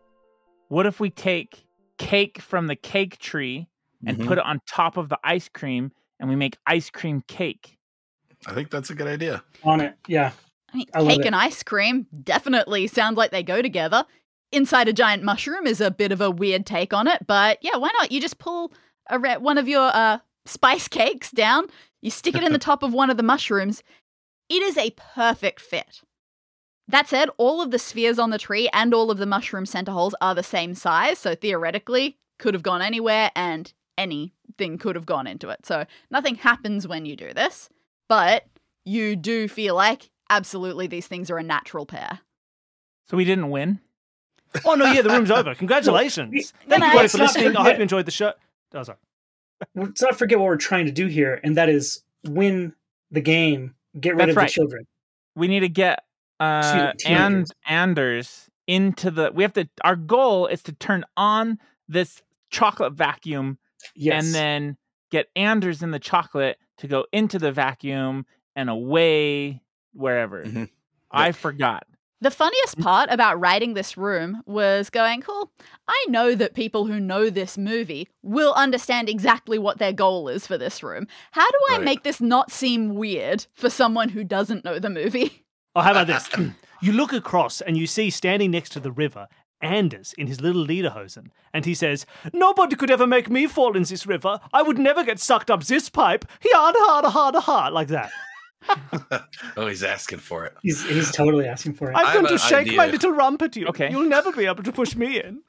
Speaker 4: what if we take cake from the cake tree and
Speaker 3: Mhm.
Speaker 1: Mm-hmm.
Speaker 4: put it on top of the ice cream and we make ice cream cake?
Speaker 3: I think that's a good idea.
Speaker 5: On it. Yeah.
Speaker 2: I mean,
Speaker 5: I love
Speaker 2: cake
Speaker 5: it.
Speaker 2: and ice cream definitely sound like they go together. Inside a giant mushroom is a bit of a weird take on it, but yeah, why not? You just pull a re- one of your uh, spice cakes down, you stick it in the top of one of the mushrooms. It is a perfect fit. That said, all of the spheres on the tree and all of the mushroom center holes are the same size, so theoretically, could have gone anywhere and anything could have gone into it. So nothing happens when you do this, but you do feel like absolutely these things are a natural pair.
Speaker 4: So we didn't win.
Speaker 1: Oh no, yeah, the room's over. Congratulations. Thank you
Speaker 2: Nice.
Speaker 1: guys for
Speaker 5: Let's not
Speaker 1: listening. I hope
Speaker 5: forget-
Speaker 1: you enjoyed the show. Oh, sorry.
Speaker 5: Let's not forget what we're trying to do here, and that is win the game. Get rid
Speaker 4: That's
Speaker 5: of
Speaker 4: right.
Speaker 5: the children.
Speaker 4: We need to get uh,
Speaker 5: Two
Speaker 4: and
Speaker 5: teenagers.
Speaker 4: Anders into the. We have to. Our goal is to turn on this chocolate vacuum
Speaker 5: Yes.
Speaker 4: and then get Anders in the chocolate to go into the vacuum and away wherever.
Speaker 3: Mhm. Yep.
Speaker 4: I forgot.
Speaker 2: The funniest part about writing this room was going, cool, I know that people who know this movie will understand exactly what their goal is for this room. How do I
Speaker 3: Right.
Speaker 2: make this not seem weird for someone who doesn't know the movie?
Speaker 1: Oh, how about this? you look across and you see standing next to the river Anders in his little lederhosen, and he says, "Nobody could ever make me fall in this river. I would never get sucked up this pipe." Yada hada hada ha, like that.
Speaker 3: Oh, he's asking for it.
Speaker 5: he's he's totally asking for it.
Speaker 1: I'm
Speaker 3: I
Speaker 1: going
Speaker 3: have
Speaker 1: to
Speaker 3: an
Speaker 1: shake my
Speaker 3: idea.
Speaker 1: little rump at you.
Speaker 4: Okay.
Speaker 1: You'll never be able to push me in.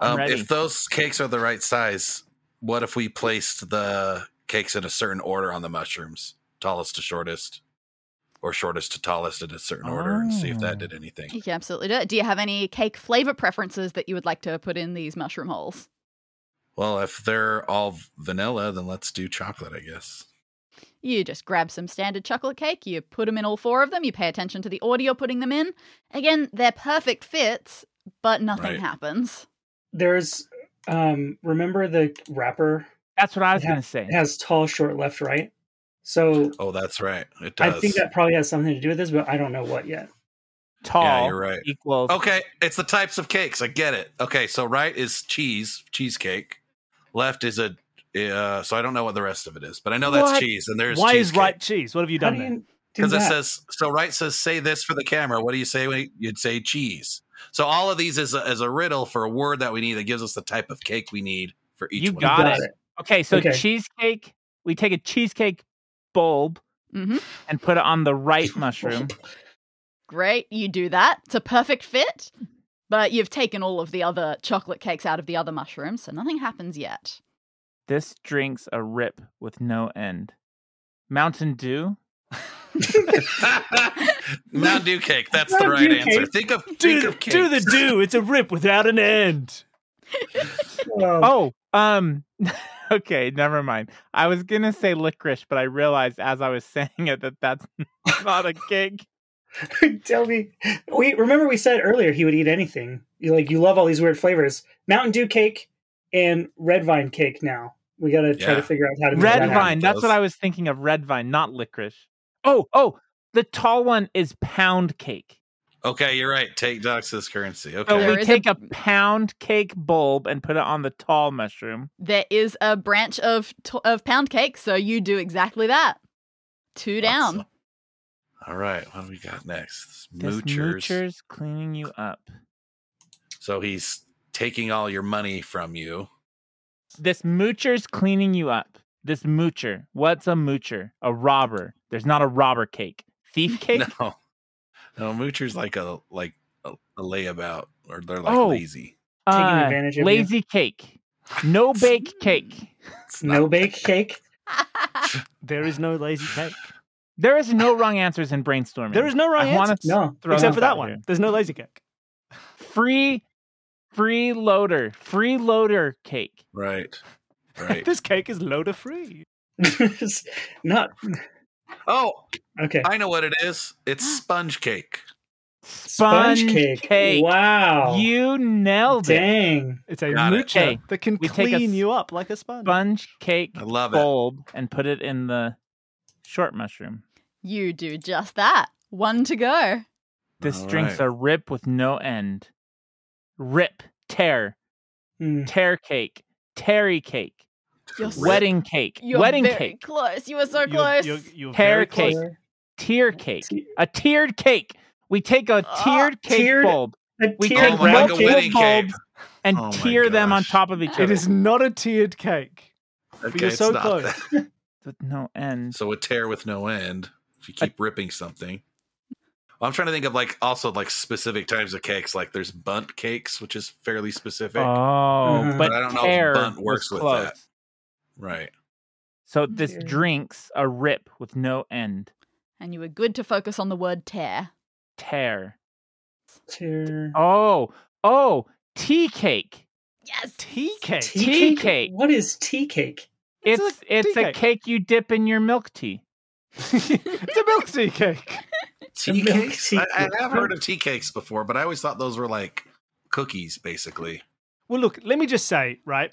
Speaker 4: I'm
Speaker 3: Um,
Speaker 4: ready.
Speaker 3: if those cakes are the right size, what if we placed the cakes in a certain order on the mushrooms, tallest to shortest, or shortest to tallest in a certain order, and see if that did anything?
Speaker 2: You can absolutely do it. Do you have any cake flavor preferences that you would like to put in these mushroom holes?
Speaker 3: Well, if they're all vanilla, then let's do chocolate, I guess.
Speaker 2: You just grab some standard chocolate cake, you put them in all four of them, you pay attention to the order you're putting them in. Again, they're perfect fits, but nothing
Speaker 3: Right.
Speaker 2: happens.
Speaker 5: There's um remember the wrapper
Speaker 4: That's what I was
Speaker 5: It ha-
Speaker 4: going to say.
Speaker 5: it has tall, short, left, right. So
Speaker 3: Oh, that's right. It
Speaker 5: I
Speaker 3: does.
Speaker 5: think that probably has something to do with this, but I don't know what yet.
Speaker 4: Tall
Speaker 3: Yeah, you're right.
Speaker 4: equals
Speaker 3: Okay, it's the types of cakes. I get it. Okay, so right is cheese, cheesecake. Left is a uh, so I don't know what the rest of it is, but I know that's
Speaker 1: What?
Speaker 3: cheese. And there's
Speaker 1: Why is
Speaker 3: cheesecake.
Speaker 1: right cheese? What have you
Speaker 5: How
Speaker 1: done
Speaker 5: do
Speaker 1: there?
Speaker 5: you do
Speaker 3: because it
Speaker 5: that.
Speaker 3: says so right says say this for the camera what do you say Wait, you'd say cheese so all of these is a, is a riddle for a word that we need that gives us the type of cake we need for each
Speaker 4: You
Speaker 3: one
Speaker 4: got
Speaker 5: Got
Speaker 4: it. Okay, so
Speaker 5: Okay.
Speaker 4: cheesecake. We take a cheesecake bulb
Speaker 2: Mm-hmm.
Speaker 4: and put it on the right mushroom.
Speaker 2: Great, you do that. It's a perfect fit. But you've taken all of the other chocolate cakes out of the other mushrooms, so nothing happens yet.
Speaker 4: This drink's a rip with no end. Mountain Dew.
Speaker 3: Mountain Dew cake that's the
Speaker 5: Mountain
Speaker 3: right
Speaker 5: Dew
Speaker 3: answer
Speaker 5: cake.
Speaker 3: think of think
Speaker 1: Do,
Speaker 3: of
Speaker 1: do the
Speaker 3: cakes.
Speaker 1: do. It's a rip without an end.
Speaker 5: Well,
Speaker 4: Oh, um, okay, never mind. I was gonna say licorice, but I realized as I was saying it that that's not a cake. Oh.
Speaker 5: Tell me, we remember we said earlier he would eat anything. You like you love all these weird flavors. Mountain Dew cake and red vine cake. Now we got to try
Speaker 3: Yeah.
Speaker 5: to figure out how to make
Speaker 4: Red
Speaker 5: that
Speaker 4: vine.
Speaker 5: happen.
Speaker 4: That's what
Speaker 3: those.
Speaker 4: I was thinking of. Red vine, not licorice. Oh, oh, the tall one is pound cake.
Speaker 3: okay you're right take docs as currency
Speaker 4: So
Speaker 3: okay
Speaker 2: There
Speaker 4: we
Speaker 2: is a-
Speaker 4: take a pound cake bulb and put it on the tall mushroom.
Speaker 2: There is a branch of t- of pound cake, so you do exactly that. Two down.
Speaker 3: Awesome. all right what do we got next
Speaker 4: This
Speaker 3: moochers
Speaker 4: moochers cleaning you up.
Speaker 3: so he's taking all your money from you
Speaker 4: This moocher's cleaning you up. This moocher. What's a moocher? A robber. There's not a robber cake. Thief cake?
Speaker 3: no no moochers like a like a, a layabout or they're like
Speaker 4: Oh.
Speaker 3: lazy
Speaker 5: Taking
Speaker 4: Uh,
Speaker 5: advantage of you.
Speaker 4: lazy cake. No bake cake.
Speaker 3: It's
Speaker 5: No
Speaker 3: not-
Speaker 5: bake cake.
Speaker 1: There is no lazy cake.
Speaker 4: There is no wrong answers in brainstorming.
Speaker 1: There is no wrong
Speaker 4: I wanna
Speaker 1: answer.
Speaker 4: s-
Speaker 5: No,
Speaker 4: throw
Speaker 1: Except for that
Speaker 4: out
Speaker 1: one.
Speaker 4: here.
Speaker 1: There's no lazy cake.
Speaker 4: Free free loader. Free loader cake.
Speaker 3: right right
Speaker 1: This cake is loader free.
Speaker 5: It's not
Speaker 3: oh
Speaker 5: okay.
Speaker 3: I know what it is. It's sponge cake.
Speaker 4: Sponge, cake.
Speaker 5: Wow.
Speaker 4: You nailed it.
Speaker 5: Dang.
Speaker 1: It's a
Speaker 3: Got it.
Speaker 1: moocher
Speaker 4: Hey,
Speaker 1: that can
Speaker 4: we take a
Speaker 1: clean
Speaker 4: s-
Speaker 1: you up like a sponge.
Speaker 4: Sponge cake
Speaker 3: I love it.
Speaker 4: bulb and put it in the short mushroom.
Speaker 2: You do just that. One to go.
Speaker 4: This
Speaker 3: All
Speaker 4: drink's
Speaker 3: right.
Speaker 4: a rip with no end. Rip, tear,
Speaker 5: Mm.
Speaker 4: tear cake, terry cake,
Speaker 2: You're
Speaker 3: Rip.
Speaker 2: so-
Speaker 4: wedding cake,
Speaker 2: You're
Speaker 4: wedding
Speaker 2: very
Speaker 4: cake,
Speaker 2: close. You were so
Speaker 1: You're,
Speaker 2: close.
Speaker 1: you're, you're
Speaker 4: Pear
Speaker 1: very close.
Speaker 4: cake. tear cake, a tiered cake. We take a
Speaker 2: Ah,
Speaker 4: tiered cake
Speaker 5: tiered
Speaker 4: bulb
Speaker 5: A
Speaker 4: We
Speaker 5: tiered
Speaker 4: take
Speaker 3: oh my, like
Speaker 5: round
Speaker 3: a
Speaker 4: multiple
Speaker 3: wedding
Speaker 5: cake.
Speaker 3: cake.
Speaker 4: and
Speaker 3: Oh my
Speaker 4: tear them on
Speaker 3: gosh.
Speaker 4: top of each other.
Speaker 1: It is not a tiered cake.
Speaker 3: Okay,
Speaker 1: you're
Speaker 3: it's
Speaker 1: so
Speaker 3: not
Speaker 1: close.
Speaker 3: that.
Speaker 4: with no end.
Speaker 3: So a tear with no end. If you keep ripping something. Well, I'm trying to think of like also like specific types of cakes. Like there's bunt cakes, which is fairly specific.
Speaker 4: Oh,
Speaker 5: Mhm.
Speaker 4: but
Speaker 3: But I don't know if
Speaker 4: tear
Speaker 3: bunt
Speaker 4: was
Speaker 3: works with
Speaker 4: close.
Speaker 3: that. right.
Speaker 4: So this
Speaker 5: Tear.
Speaker 4: drink's a rip with no end.
Speaker 2: and you were good to focus on the word tear.
Speaker 4: Tear.
Speaker 5: Tear-
Speaker 4: Oh, oh, tea cake.
Speaker 2: Yes.
Speaker 1: Tea cake.
Speaker 5: Tea,
Speaker 4: Tea
Speaker 5: cake?
Speaker 4: cake.
Speaker 5: What is tea cake?
Speaker 1: It's
Speaker 4: It's
Speaker 1: a
Speaker 4: it's,
Speaker 1: tea
Speaker 4: a
Speaker 1: cake.
Speaker 4: cake. you dip in your milk tea.
Speaker 1: it's a milk tea cake.
Speaker 3: Tea
Speaker 5: milk
Speaker 3: cakes?
Speaker 5: tea
Speaker 3: I, I
Speaker 5: cake.
Speaker 3: have heard of tea cakes before, but I always thought those were like cookies, basically.
Speaker 1: Well, look, let me just say, right?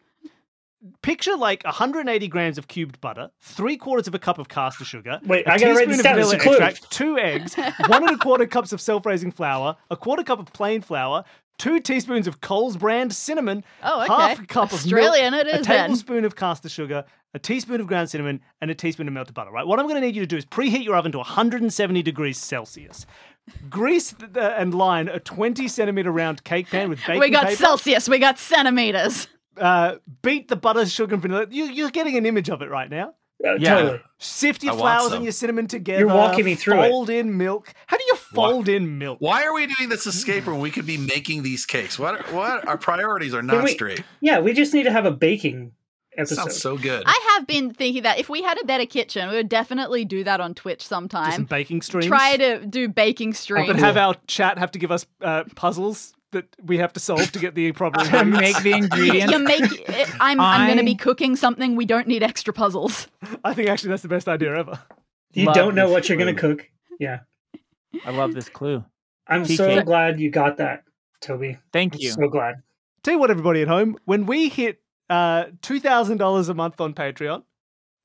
Speaker 1: Picture like 180 grams of cubed butter, three quarters of a cup of caster sugar.
Speaker 5: Wait,
Speaker 1: I
Speaker 5: I gotta write this down. It's a clue.
Speaker 1: two eggs, one and a quarter cups of self-raising flour, a quarter cup of plain flour, two teaspoons of Coles brand cinnamon,
Speaker 2: Oh, okay.
Speaker 1: half a cup
Speaker 2: Australian
Speaker 1: of milk,
Speaker 2: it
Speaker 1: a
Speaker 2: is then.
Speaker 1: tablespoon of caster sugar, a teaspoon of ground cinnamon, and a teaspoon of melted butter. Right. What I'm going to need you to do is preheat your oven to 170 degrees Celsius. Grease th- th- and line a 20 centimeter round cake pan with baking
Speaker 2: We got
Speaker 1: paper
Speaker 2: Celsius. We got centimeters.
Speaker 1: uh, beat the butter, sugar, and vanilla. You, you're getting an image of it right now.
Speaker 5: Uh,
Speaker 4: Yeah.
Speaker 5: Totally.
Speaker 1: Sift your
Speaker 3: I want
Speaker 1: flowers
Speaker 3: some.
Speaker 1: and your cinnamon together.
Speaker 5: walking me through it.
Speaker 1: Fold in milk. How do you fold in milk?
Speaker 3: Why are we doing this escape room? We could be making these cakes. What what our priorities are not
Speaker 5: we-
Speaker 3: straight.
Speaker 5: Yeah, we just need to have a baking episode.
Speaker 3: Sounds so good.
Speaker 2: I have been thinking that if we had a better kitchen, we would definitely do that on Twitch
Speaker 1: Do some
Speaker 2: sometime.
Speaker 1: baking streams.
Speaker 2: Try to do baking
Speaker 1: But
Speaker 2: streams.
Speaker 1: have our chat have to give us uh, puzzles that we have to solve to get the proper
Speaker 4: To make
Speaker 1: ingredients.
Speaker 4: the
Speaker 2: you
Speaker 4: ingredients.
Speaker 2: make eh, I'm I'm going to
Speaker 4: I-
Speaker 2: be cooking something. We don't need extra puzzles.
Speaker 1: I think actually that's the best idea ever.
Speaker 5: you
Speaker 4: Love
Speaker 5: don't know
Speaker 4: this
Speaker 5: what you're gonna
Speaker 4: food.
Speaker 5: cook. Yeah,
Speaker 4: I love this clue.
Speaker 5: I'm
Speaker 4: Tea
Speaker 5: so
Speaker 4: cake.
Speaker 5: glad you got that, Toby.
Speaker 4: Thank
Speaker 5: I'm
Speaker 4: you.
Speaker 5: so glad.
Speaker 1: Tell you what, everybody at home, when we hit uh, two thousand dollars a month on Patreon,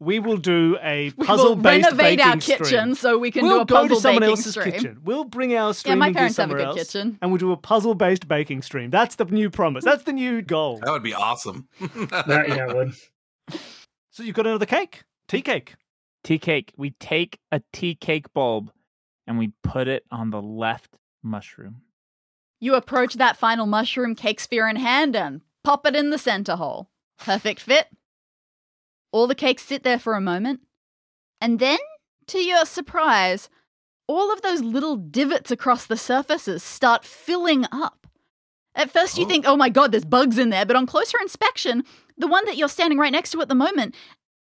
Speaker 1: we will do a
Speaker 2: We
Speaker 1: puzzle
Speaker 2: will
Speaker 1: based
Speaker 2: renovate
Speaker 1: baking
Speaker 2: our kitchen
Speaker 1: stream.
Speaker 2: so we can
Speaker 1: we'll
Speaker 2: do a
Speaker 1: go
Speaker 2: puzzle
Speaker 1: to someone
Speaker 2: baking
Speaker 1: else's
Speaker 2: stream.
Speaker 1: kitchen. We'll bring our
Speaker 2: Yeah,
Speaker 1: streaming
Speaker 2: my
Speaker 1: to
Speaker 2: parents have a
Speaker 1: somewhere
Speaker 2: good
Speaker 1: else,
Speaker 2: kitchen.
Speaker 1: and we'll do a puzzle-based baking stream. That's the new promise. That's the new goal.
Speaker 3: That would be awesome.
Speaker 5: That, yeah, I would.
Speaker 1: So you've got another cake, tea cake.
Speaker 4: tea cake. We take a tea cake bulb and we put it on the left mushroom.
Speaker 2: You approach that final mushroom cake sphere in hand and pop it in the center hole. Perfect fit. All the cakes sit there for a moment. And then, to your surprise, all of those little divots across the surfaces start filling up. At first, you
Speaker 3: Oh.
Speaker 2: think, oh my god, there's bugs in there, but on closer inspection, the one that you're standing right next to at the moment,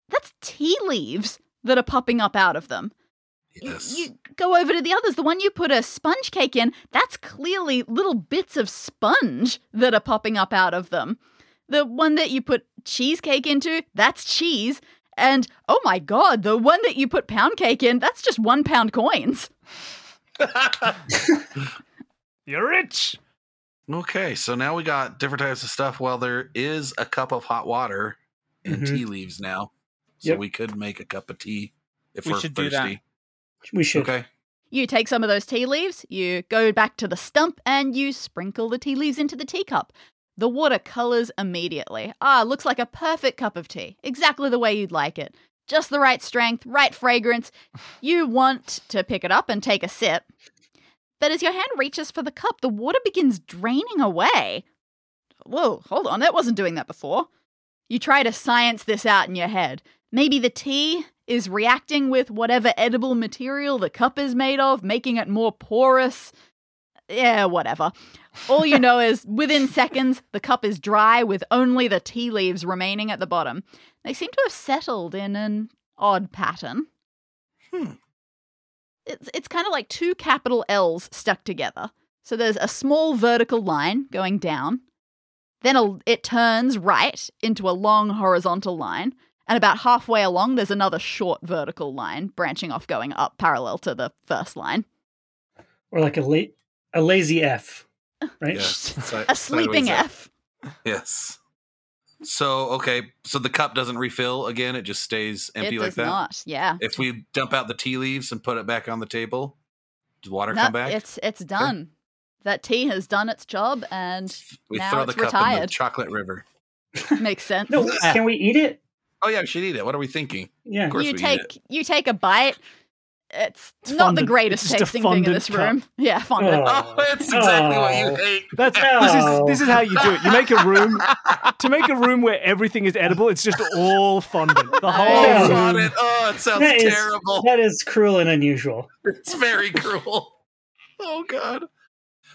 Speaker 2: that's tea leaves that are popping up out of them. Y-
Speaker 3: Yes.
Speaker 2: You go over to the others. The one you put a sponge cake in, that's clearly little bits of sponge that are popping up out of them. The one that you put cheesecake into, that's cheese. And oh my god, the one that you put pound cake in, that's just one pound coins.
Speaker 1: You're rich.
Speaker 3: okay, so now we got different types of stuff. Well, there is a cup of hot water and
Speaker 5: Mhm.
Speaker 3: tea leaves now, so
Speaker 5: Yep.
Speaker 3: we could make a cup of tea if
Speaker 4: We
Speaker 3: we are
Speaker 4: should do that.
Speaker 3: thirsty.
Speaker 5: We should.
Speaker 3: Okay.
Speaker 2: You take some of those tea leaves, you go back to the stump, and you sprinkle the tea leaves into the teacup. The water colours immediately. Ah, looks like a perfect cup of tea. Exactly the way you'd like it. Just the right strength, right fragrance. You want to pick it up and take a sip. But as your hand reaches for the cup, the water begins draining away. Whoa, hold on, that wasn't doing that before. You try to science this out in your head. Maybe the tea is reacting with whatever edible material the cup is made of, making it more porous. Yeah, whatever. All you know is within seconds, the cup is dry with only the tea leaves remaining at the bottom. They seem to have settled in an odd pattern.
Speaker 3: Hmm.
Speaker 2: It's, it's kind of like two capital L's stuck together. So there's a small vertical line going down. Then a, it turns right into a long horizontal line. And about halfway along, there's another short vertical line branching off, going up parallel to the first line.
Speaker 5: Or like a late a lazy F. Right?
Speaker 3: Yes. Si-
Speaker 2: A sleeping
Speaker 3: sideways up.
Speaker 2: F.
Speaker 3: Yes. So okay, so the cup doesn't refill again; it just stays empty
Speaker 2: it
Speaker 3: like
Speaker 2: does
Speaker 3: that.
Speaker 2: not. Yeah.
Speaker 3: If we dump out the tea leaves and put it back on the table, does water
Speaker 2: No,
Speaker 3: come back?
Speaker 2: It's it's done. That tea has done its job and
Speaker 3: we
Speaker 2: now
Speaker 3: throw
Speaker 2: it's
Speaker 3: the cup in the
Speaker 2: retired.
Speaker 3: chocolate river.
Speaker 2: makes sense.
Speaker 5: No,
Speaker 4: Yeah.
Speaker 5: can we eat it?
Speaker 3: Oh yeah, we should eat it. What are we thinking?
Speaker 5: Yeah.
Speaker 3: course
Speaker 2: you
Speaker 3: we eat
Speaker 2: take you take a bite. It's,
Speaker 1: It's
Speaker 2: not the
Speaker 1: fondant.
Speaker 2: greatest
Speaker 1: It's just a
Speaker 2: tasting thing in
Speaker 1: fondant
Speaker 2: this
Speaker 1: cup.
Speaker 2: room. Yeah, fondant.
Speaker 3: Oh, that's exactly what
Speaker 5: Oh.
Speaker 3: you hate.
Speaker 1: That's
Speaker 5: No.
Speaker 1: this is this is how you do it. You make a room to make a room where everything is edible. It's just all fondant. The whole
Speaker 5: No.
Speaker 3: Oh,
Speaker 1: room.
Speaker 3: got it. Oh, it sounds
Speaker 5: That is-
Speaker 3: terrible.
Speaker 5: That is cruel and unusual.
Speaker 3: It's very cruel. Oh god.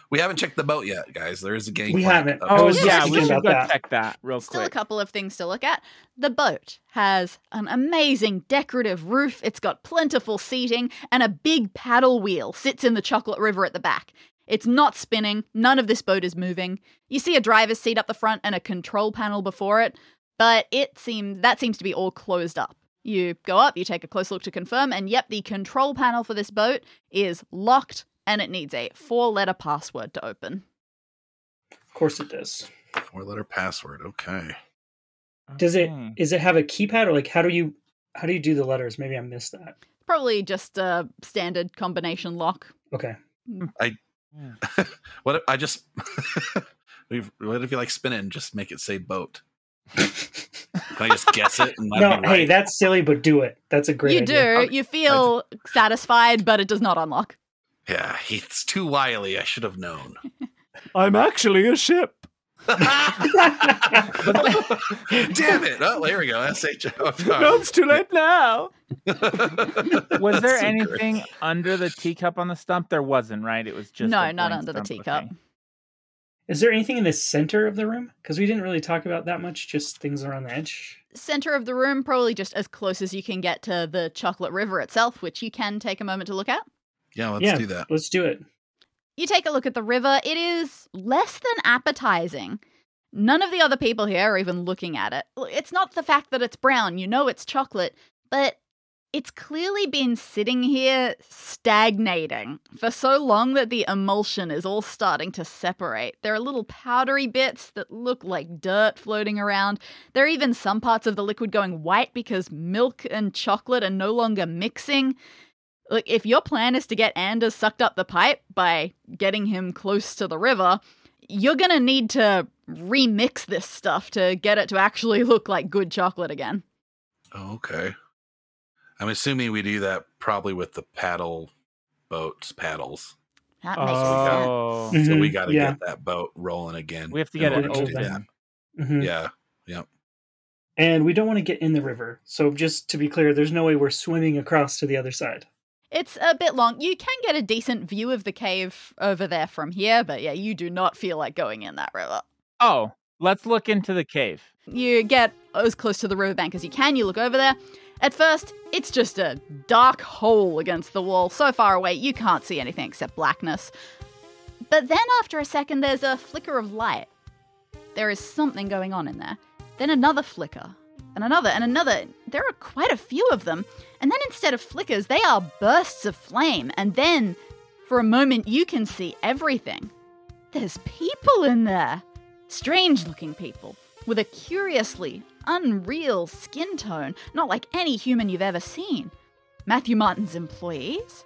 Speaker 3: We haven't checked the boat yet, guys. There is a gang.
Speaker 5: haven't. I
Speaker 4: Oh
Speaker 5: was
Speaker 4: yeah,
Speaker 5: just
Speaker 4: we
Speaker 5: thinking
Speaker 4: should go
Speaker 5: about that.
Speaker 4: check that real
Speaker 2: Still a
Speaker 4: quick.
Speaker 2: couple of things to look at. The boat has an amazing decorative roof, it's got plentiful seating, and a big paddle wheel sits in the chocolate river at the back. It's not spinning, none of this boat is moving. You see a driver's seat up the front and a control panel before it, but it seems that seems to be all closed up. You go up, you take a close look to confirm, and yep, the control panel for this boat is locked and it needs a four letter password to open.
Speaker 5: Of course it does.
Speaker 3: Four letter password. Okay.
Speaker 5: Does it
Speaker 3: Hmm.
Speaker 4: Okay.
Speaker 5: is it have a keypad or like how do you how do you do the letters? Maybe I missed that.
Speaker 2: Probably just a standard combination lock.
Speaker 5: Okay.
Speaker 4: Yeah.
Speaker 3: What if I just we've what if you like spin it and just make it say boat? Can I just guess it and let
Speaker 5: no,
Speaker 3: it be
Speaker 5: hey,
Speaker 3: right?
Speaker 5: that's silly, but do it. That's a great
Speaker 2: you
Speaker 5: idea.
Speaker 2: do. You feel satisfied, but it does not unlock.
Speaker 3: yeah, he's too wily. I should have known.
Speaker 1: I'm actually a ship.
Speaker 3: Damn it. Oh, there we go. SHO.
Speaker 1: No, it's too late now.
Speaker 4: Was there
Speaker 3: That's so gross.
Speaker 4: anything under the teacup on the stump? There wasn't, right? It was just
Speaker 2: No,
Speaker 4: a
Speaker 2: not
Speaker 4: blank
Speaker 2: under the
Speaker 4: stump.
Speaker 2: teacup.
Speaker 4: Okay.
Speaker 5: Is there anything in the center of the room? Because we didn't really talk about that much, just things around the edge.
Speaker 2: Center of the room, probably just as close as you can get to the chocolate river itself, which you can take a moment to look at.
Speaker 3: Yeah, let's
Speaker 5: Yeah.
Speaker 3: do that.
Speaker 5: Let's do it.
Speaker 2: You take a look at the river, it is less than appetizing. None of the other people here are even looking at it. L- It's not the fact that it's brown, you know it's chocolate, but it's clearly been sitting here stagnating for so long that the emulsion is all starting to separate. There are little powdery bits that look like dirt floating around. There are even some parts of the liquid going white because milk and chocolate are no longer mixing. Look, if your plan is to get Anders sucked up the pipe by getting him close to the river, you're gonna need to remix this stuff to get it to actually look like good chocolate again.
Speaker 3: Oh, okay. I'm assuming we do that probably with the paddle boats paddles.
Speaker 2: That makes
Speaker 4: Oh,
Speaker 5: sense.
Speaker 3: So
Speaker 5: Mhm,
Speaker 3: we got to
Speaker 5: yeah.
Speaker 3: get that boat rolling again.
Speaker 4: we have to
Speaker 3: in
Speaker 4: get
Speaker 5: Yeah,
Speaker 4: it
Speaker 3: order
Speaker 5: we'll
Speaker 3: to
Speaker 5: do
Speaker 4: open.
Speaker 3: do that.
Speaker 5: Mhm.
Speaker 3: Yeah.
Speaker 5: And we don't want to get in the river. So just to be clear, there's no way we're swimming across to the other side.
Speaker 2: It's a bit long. You can get a decent view of the cave over there from here, but yeah, you do not feel like going in that river.
Speaker 4: Oh, let's look into the cave.
Speaker 2: You get as close to the riverbank as you can. You look over there. At first, it's just a dark hole against the wall, so far away you can't see anything except blackness. But then, after a second, there's a flicker of light. There is something going on in there. Then another flicker, and another, and another. There are quite a few of them. And then, instead of flickers, they are bursts of flame. And then, for a moment, you can see everything. There's people in there. Strange looking people, with a curiously unreal skin tone, not like any human you've ever seen. Matthew Martin's employees?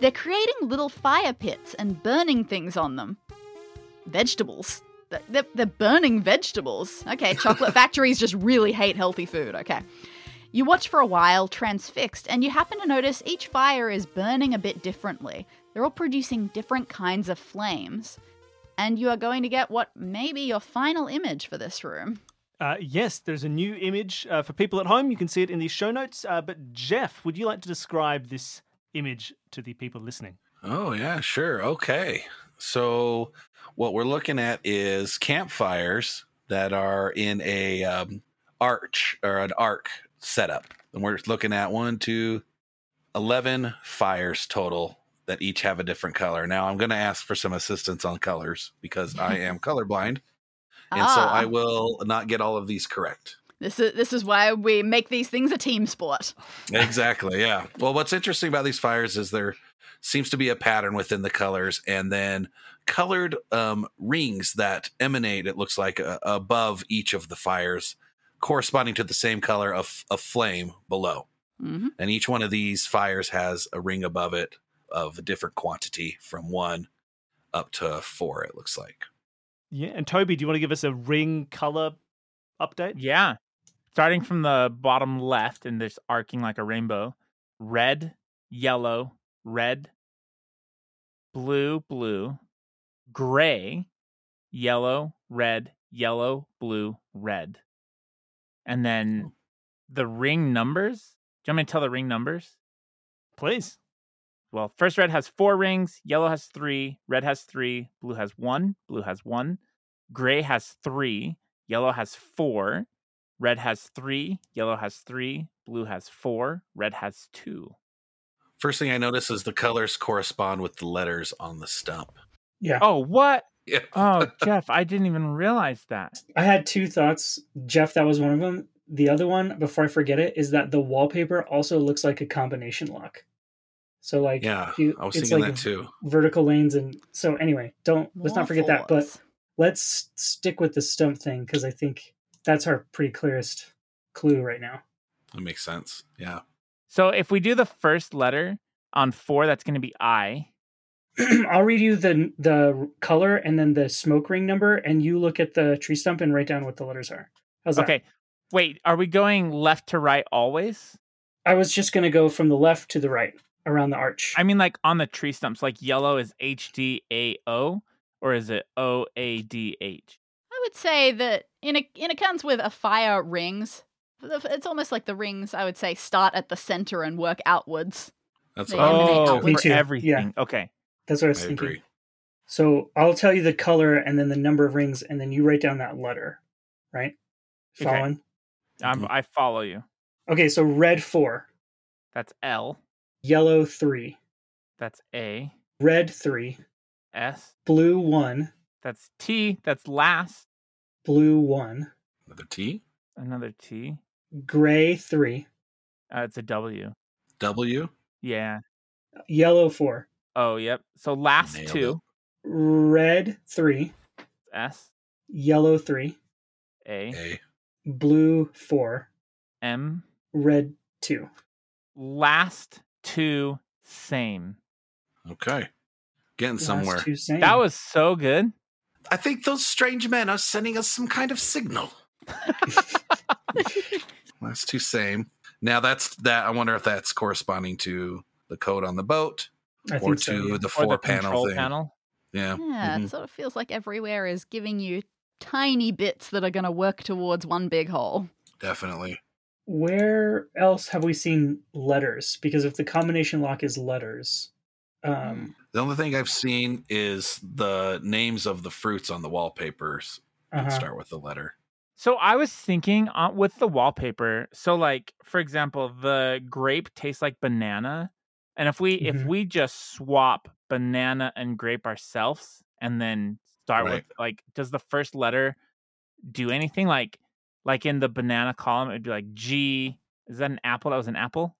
Speaker 2: They're creating little fire pits and burning things on them. Vegetables. Th- They're, they're burning vegetables. Okay, chocolate factories just really hate healthy food. Okay. You watch for a while, transfixed, and you happen to notice each fire is burning a bit differently. They're all producing different kinds of flames and you are going to get what may be your final image for this room.
Speaker 1: Uh, yes, there's a new image uh, for people at home. You can see it in the show notes. Uh, but Jeff, would you like to describe this image to the people listening?
Speaker 3: Oh, yeah, sure. Okay. So, what we're looking at is campfires that are in a um, arch or an arc setup. And we're looking at one, two, 11 fires total that each have a different color. Now, I'm going to ask for some assistance on colors because I am colorblind. And so, I will not get all of these correct.
Speaker 2: Ah, This is this is why we make these things a team sport.
Speaker 3: Exactly. Yeah. Well, what's interesting about these fires is there seems to be a pattern within the colors, and then colored um, rings that emanate. It looks like uh, above each of the fires, corresponding to the same color of a flame below.
Speaker 2: hmm
Speaker 3: And each one of these fires has a ring above it of a different quantity, from one up to four. It looks like.
Speaker 1: Yeah, and Toby, do you want to give us a ring color update?
Speaker 4: Yeah. Starting from the bottom left and just arcing like a rainbow red, yellow, red, blue, blue, gray, yellow, red, yellow, blue, red. And then the ring numbers. Do you want me to tell the ring numbers?
Speaker 1: Please.
Speaker 4: Well, first red has four rings, yellow has three, red has three, blue has one, blue has one, gray has three, yellow has four, red has three, yellow has three, blue has four, red has two.
Speaker 3: First thing I notice is the colors correspond with the letters on the stump.
Speaker 5: Yeah.
Speaker 4: Oh, what?
Speaker 3: Yeah.
Speaker 4: Oh, Jeff, I didn't even realize that.
Speaker 5: I had two thoughts. Jeff, that was one of them. The other one, before I forget it, is that the wallpaper also looks like a combination lock. So like
Speaker 3: Yeah,
Speaker 5: you-
Speaker 3: I was
Speaker 5: it's
Speaker 3: thinking
Speaker 5: like
Speaker 3: that too.
Speaker 5: vertical lanes and so anyway, don't let's not forget that, but
Speaker 2: Waffles.
Speaker 5: let's stick with the stump thing cuz I think that's our pretty clearest clue right now.
Speaker 3: That makes sense. Yeah.
Speaker 4: So if we do the first letter on four, that's going to be I.
Speaker 5: I'll read you the the color and then the smoke ring number and you look at the tree stump and write down what the letters are. How's that?
Speaker 4: Okay. Wait, are we going left to right always?
Speaker 5: I was just going to go from the left to the right around the arch.
Speaker 4: I mean, like on the tree stumps, like yellow is H D A O, or is it O A D H?
Speaker 2: I would say that in a in accounts with a fire rings, it's almost like the rings. I would say start at the center and work outwards.
Speaker 3: That's
Speaker 2: They
Speaker 3: what I
Speaker 2: eliminate
Speaker 3: was
Speaker 4: Oh,
Speaker 3: thinking,
Speaker 2: outward. Me
Speaker 4: for
Speaker 5: too, yeah.
Speaker 4: everything. Okay.
Speaker 5: That's what I was
Speaker 3: too. I
Speaker 5: thinking.
Speaker 3: agree.
Speaker 5: So I'll tell you the color and then the number of rings, and then you write down that letter, right?
Speaker 4: Okay.
Speaker 5: Following.
Speaker 4: I'm, I follow you.
Speaker 5: Okay, so red four,
Speaker 4: That's L.
Speaker 5: yellow three,
Speaker 4: That's A.
Speaker 5: red three,
Speaker 4: S.
Speaker 5: blue one,
Speaker 4: That's T. That's last.
Speaker 5: blue one,
Speaker 3: Another T,
Speaker 4: Another T.
Speaker 5: gray three,
Speaker 4: Uh, it's a W.
Speaker 3: W,
Speaker 4: Yeah.
Speaker 5: yellow four,
Speaker 4: Oh, yep. So last
Speaker 3: Nailed
Speaker 4: two.
Speaker 5: red three,
Speaker 4: S.
Speaker 5: yellow three,
Speaker 4: A.
Speaker 3: A.
Speaker 5: blue four,
Speaker 4: M.
Speaker 5: red two.
Speaker 4: Last two. Same.
Speaker 3: Okay. Getting
Speaker 5: Last
Speaker 3: somewhere.
Speaker 5: two same.
Speaker 4: That was so good.
Speaker 3: I think those strange men are sending us some kind of signal. Last two same. Now that's that. I wonder if that's corresponding to the code on the boat
Speaker 5: I
Speaker 3: or
Speaker 5: think
Speaker 3: to
Speaker 5: so. yeah.
Speaker 3: the
Speaker 4: or
Speaker 3: four
Speaker 4: the
Speaker 3: panel
Speaker 4: control
Speaker 3: thing.
Speaker 4: panel.
Speaker 3: Yeah.
Speaker 2: Yeah,
Speaker 4: Mm-hmm.
Speaker 3: Mhm.
Speaker 2: it sort of feels like everywhere is giving you tiny bits that are going to work towards one big hole.
Speaker 3: Definitely.
Speaker 5: Where else have we seen letters? Because if the combination lock is letters, um,
Speaker 3: The only thing I've seen is the names of the fruits on the wallpapers.
Speaker 5: uh-huh.
Speaker 3: Hmm. Start with the letter.
Speaker 4: So I was thinking uh, with the wallpaper. So like for example, the grape tastes like banana, and if we if
Speaker 2: Mm-hmm.
Speaker 5: Mhm.
Speaker 4: we just swap banana and grape ourselves, and then start with like, does the first letter do anything? Like like in the banana column, it'd be like G. Is that an apple? That was an apple.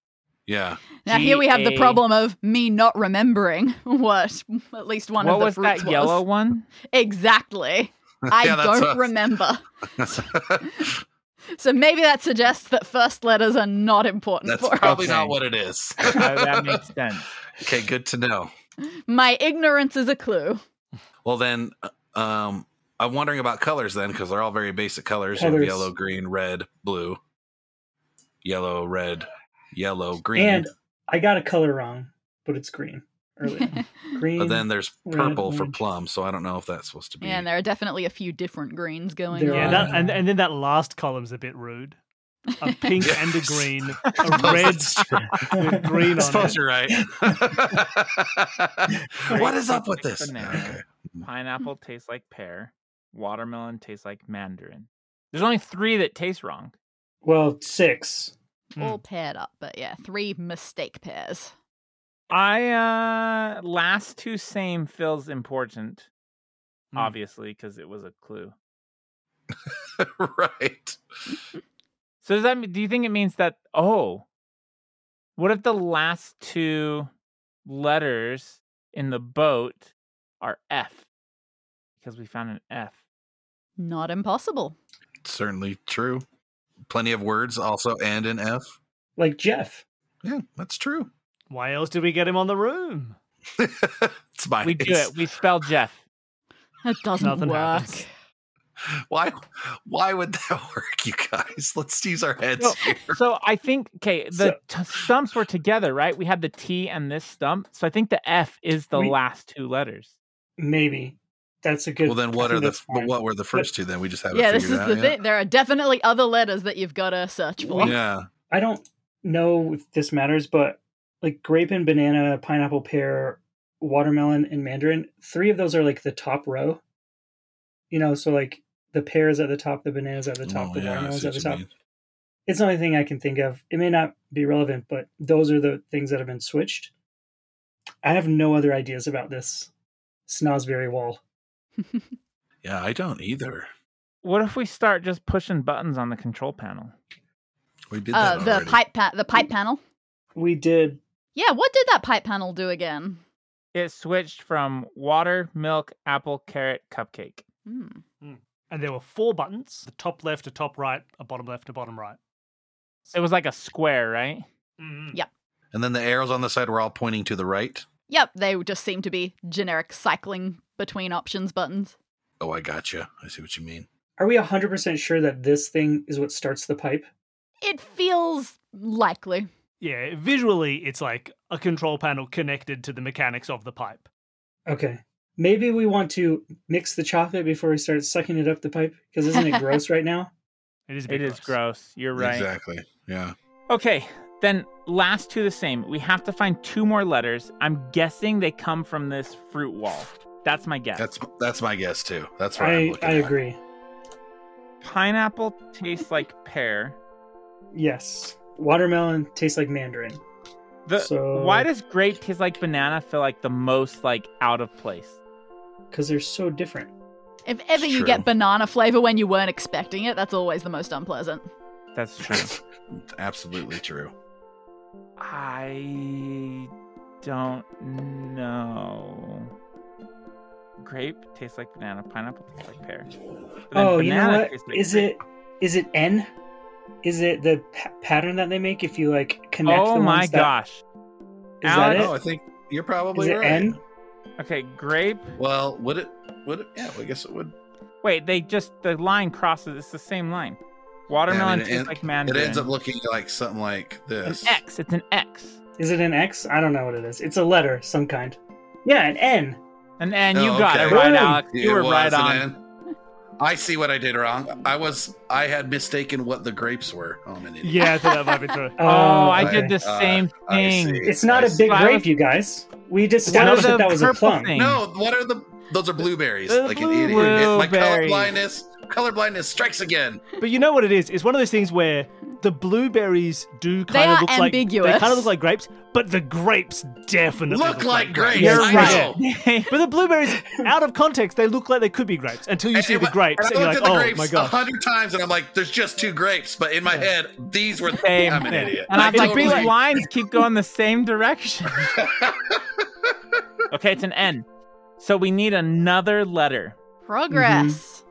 Speaker 3: Yeah.
Speaker 2: Now here we have the
Speaker 4: GA.
Speaker 2: problem of me not remembering what at least one
Speaker 4: what
Speaker 2: of the
Speaker 4: was
Speaker 2: fruits
Speaker 4: that yellow one?
Speaker 2: Exactly. I
Speaker 3: Yeah, that's
Speaker 2: don't
Speaker 3: us.
Speaker 2: remember. So maybe that suggests that first letters are not important
Speaker 3: That's
Speaker 2: for
Speaker 3: probably
Speaker 2: us.
Speaker 3: not
Speaker 4: Okay.
Speaker 3: what it is.
Speaker 4: Uh, that makes sense.
Speaker 3: okay, good to know.
Speaker 2: My ignorance is a clue.
Speaker 3: Well, then, uh, um, I'm wondering about colors then, because they're all very basic colors: You have
Speaker 5: Colors.
Speaker 3: yellow, green, red, blue, yellow, red, yellow, green.
Speaker 5: And I got a color wrong, but it's green earlier. green.
Speaker 3: but then there's
Speaker 5: red,
Speaker 3: purple for
Speaker 5: orange.
Speaker 3: plum, so I don't know if that's supposed to be.
Speaker 2: Yeah, and there are definitely a few different greens going
Speaker 5: There
Speaker 1: Yeah,
Speaker 5: are.
Speaker 2: on.
Speaker 1: that, and and then that last column's a bit rude. A pink and a
Speaker 3: Yes.
Speaker 1: green,
Speaker 3: I
Speaker 1: a
Speaker 3: suppose
Speaker 1: red
Speaker 3: that's true.
Speaker 1: with green
Speaker 3: I
Speaker 1: on
Speaker 3: suppose
Speaker 1: it.
Speaker 3: you're right. what is up with
Speaker 4: Like
Speaker 3: this?
Speaker 4: banana. Pineapple tastes like pear. Watermelon tastes like mandarin. There's only three that taste wrong.
Speaker 5: well, six.
Speaker 2: All paired up, but yeah, three mistake pairs.
Speaker 4: I uh last two same feels important,
Speaker 1: Hmm.
Speaker 4: obviously, because it was a clue.
Speaker 3: Okay. right.
Speaker 4: So does that mean do you think it means that oh what if the last two letters in the boat are F? Because we found an F.
Speaker 2: Not impossible.
Speaker 3: Certainly true. Plenty of words also and in F.
Speaker 5: Like Jeff.
Speaker 3: Yeah, that's true.
Speaker 1: Why else did we get him on the room?
Speaker 3: it's my
Speaker 4: We do it. We spell Jeff.
Speaker 2: That doesn't
Speaker 1: Nothing
Speaker 2: work.
Speaker 1: happens.
Speaker 3: Why why would that work, you guys? Let's use our heads
Speaker 4: No.
Speaker 3: here.
Speaker 4: So I think okay, the t- stumps were together, right? We had the T and this stump, so I think the F is the
Speaker 5: We-
Speaker 4: last two letters.
Speaker 5: Maybe. That's a good.
Speaker 3: Well then
Speaker 5: I
Speaker 3: what
Speaker 5: think
Speaker 3: are the
Speaker 5: that's
Speaker 3: f-
Speaker 5: fine.
Speaker 3: what were the first two then? We just haven't
Speaker 2: Yeah, this is
Speaker 3: figured it out
Speaker 2: the
Speaker 3: yet.
Speaker 2: thing. There are definitely other letters that you've got to search for.
Speaker 3: Yeah.
Speaker 5: I don't know if this matters, but like grape and banana, pineapple, pear, watermelon, and mandarin, three of those are like the top row. You know, so like the pear is at the top, the banana's at the top,
Speaker 3: Oh,
Speaker 5: the
Speaker 3: yeah, I
Speaker 5: watermelon's
Speaker 3: see
Speaker 5: at the
Speaker 3: what you
Speaker 5: top.
Speaker 3: mean.
Speaker 5: It's the only thing I can think of. It may not be relevant, but those are the things that have been switched. I have no other ideas about this Snosberry wall.
Speaker 3: Yeah, I don't either.
Speaker 4: What if we start just pushing buttons on the control panel?
Speaker 3: We did
Speaker 2: uh,
Speaker 3: that
Speaker 2: the
Speaker 3: already.
Speaker 2: pipe pa- the pipe panel.
Speaker 5: We did
Speaker 2: Yeah, what did that pipe panel do again?
Speaker 4: It switched from water, milk, apple, carrot, cupcake.
Speaker 2: Hmm.
Speaker 1: And there were four buttons: a top left, a top right, a bottom left, a bottom right.
Speaker 4: It was like a square, right?
Speaker 3: Mm-hmm.
Speaker 1: Mm.
Speaker 3: And then the arrows on the side were all pointing to the right.
Speaker 2: Yep, they just seem to be generic cycling between options buttons.
Speaker 3: Oh, I gotcha. I see what you mean.
Speaker 5: are we 100% sure that this thing is what starts the pipe?
Speaker 2: It feels likely.
Speaker 1: Yeah, visually, it's like a control panel connected to the mechanics of the pipe.
Speaker 5: Okay. Maybe we want to mix the chocolate before we start sucking it up the pipe because isn't it gross right now?
Speaker 1: It is. a
Speaker 4: It
Speaker 1: bit
Speaker 4: is gross. You're right.
Speaker 3: Exactly. Yeah.
Speaker 4: Okay, then last two the same. We have to find two more letters. I'm guessing they come from this fruit wall. That's my guess.
Speaker 3: That's that's my guess too. That's what I, am
Speaker 5: I,
Speaker 3: looking
Speaker 5: I
Speaker 3: at.
Speaker 5: agree.
Speaker 4: Pineapple tastes like pear.
Speaker 5: Yes. Watermelon tastes like mandarin.
Speaker 4: The
Speaker 5: So-
Speaker 4: why does grape taste like banana feel like the most like out of place?
Speaker 5: because they're so different.
Speaker 2: If ever you
Speaker 3: true.
Speaker 2: get banana flavor when you weren't expecting it, that's always the most unpleasant.
Speaker 4: That's true.
Speaker 3: Absolutely true.
Speaker 4: I don't know. Grape tastes like banana. Pineapple tastes like pear. But then
Speaker 5: oh, you know
Speaker 4: banana
Speaker 5: what?
Speaker 4: tastes like
Speaker 5: Is
Speaker 4: grape.
Speaker 5: it is it N? Is it the pa- pattern that they make if you like connect?
Speaker 4: Oh
Speaker 5: the
Speaker 4: my
Speaker 5: ones that-
Speaker 4: gosh.
Speaker 5: Is
Speaker 4: Alex-
Speaker 5: that
Speaker 3: Oh, I think you're probably
Speaker 5: Is it
Speaker 3: right.
Speaker 5: N?
Speaker 4: Okay, grape.
Speaker 3: Well, would it? Would it? Yeah, I guess it would.
Speaker 4: Wait, they just the line crosses. It's the same line. Watermelon
Speaker 3: it
Speaker 4: tastes
Speaker 3: en-
Speaker 4: like
Speaker 3: It
Speaker 4: mandarin.
Speaker 3: ends up looking like something like
Speaker 4: an
Speaker 3: this.
Speaker 4: X. It's an X.
Speaker 5: Is it an X? I don't know what it is. It's a letter, some kind. Yeah, an N.
Speaker 4: And and
Speaker 3: Oh,
Speaker 4: you got
Speaker 3: okay.
Speaker 4: it right,
Speaker 5: Boom.
Speaker 4: Alex. You
Speaker 3: It
Speaker 4: were
Speaker 3: was
Speaker 4: right
Speaker 3: an
Speaker 4: on.
Speaker 3: N. I see what I did wrong. I was I had mistaken what the grapes were. Oh, I'm an idiot.
Speaker 1: Yeah, I thought that might be true.
Speaker 4: Oh, I
Speaker 5: okay.
Speaker 4: did the
Speaker 3: Uh,
Speaker 4: same
Speaker 3: I
Speaker 4: thing.
Speaker 3: see.
Speaker 5: It's not
Speaker 3: I
Speaker 5: a
Speaker 3: see.
Speaker 5: big
Speaker 4: Well, I
Speaker 5: grape,
Speaker 4: was-
Speaker 5: you guys. We just
Speaker 4: One of
Speaker 5: established that
Speaker 4: the
Speaker 5: that was a
Speaker 4: purple
Speaker 5: plum.
Speaker 4: things.
Speaker 3: No, what are the? Those are blueberries.
Speaker 4: The
Speaker 3: like an idiot. It- my
Speaker 4: blueberries.
Speaker 3: colorblindness, colorblindness strikes again.
Speaker 1: But you know what it is? It's one of those things where the blueberries do
Speaker 2: They
Speaker 1: kind
Speaker 2: are
Speaker 1: of look like
Speaker 2: ambiguous.
Speaker 1: they kind of look like grapes, but the grapes definitely
Speaker 3: Look like grapes,
Speaker 1: You're
Speaker 3: I
Speaker 1: right.
Speaker 3: know.
Speaker 1: But the blueberries, out of context, they look like they could be grapes until you
Speaker 3: And
Speaker 1: see
Speaker 3: it
Speaker 1: the
Speaker 3: wa-
Speaker 1: grapes, and,
Speaker 3: and I
Speaker 1: you're
Speaker 3: looked
Speaker 1: like,
Speaker 3: at
Speaker 1: "Oh
Speaker 3: the
Speaker 1: my
Speaker 3: grapes a
Speaker 1: god!"
Speaker 3: hundred times, and I'm like, "There's just two grapes," but in my head, these were.
Speaker 4: Same
Speaker 3: I'm an
Speaker 4: thing.
Speaker 3: idiot.
Speaker 4: And
Speaker 3: I
Speaker 4: I'm like,
Speaker 3: totally-
Speaker 4: these lines keep going the same direction. okay, it's an N. So we need another letter.
Speaker 2: Progress.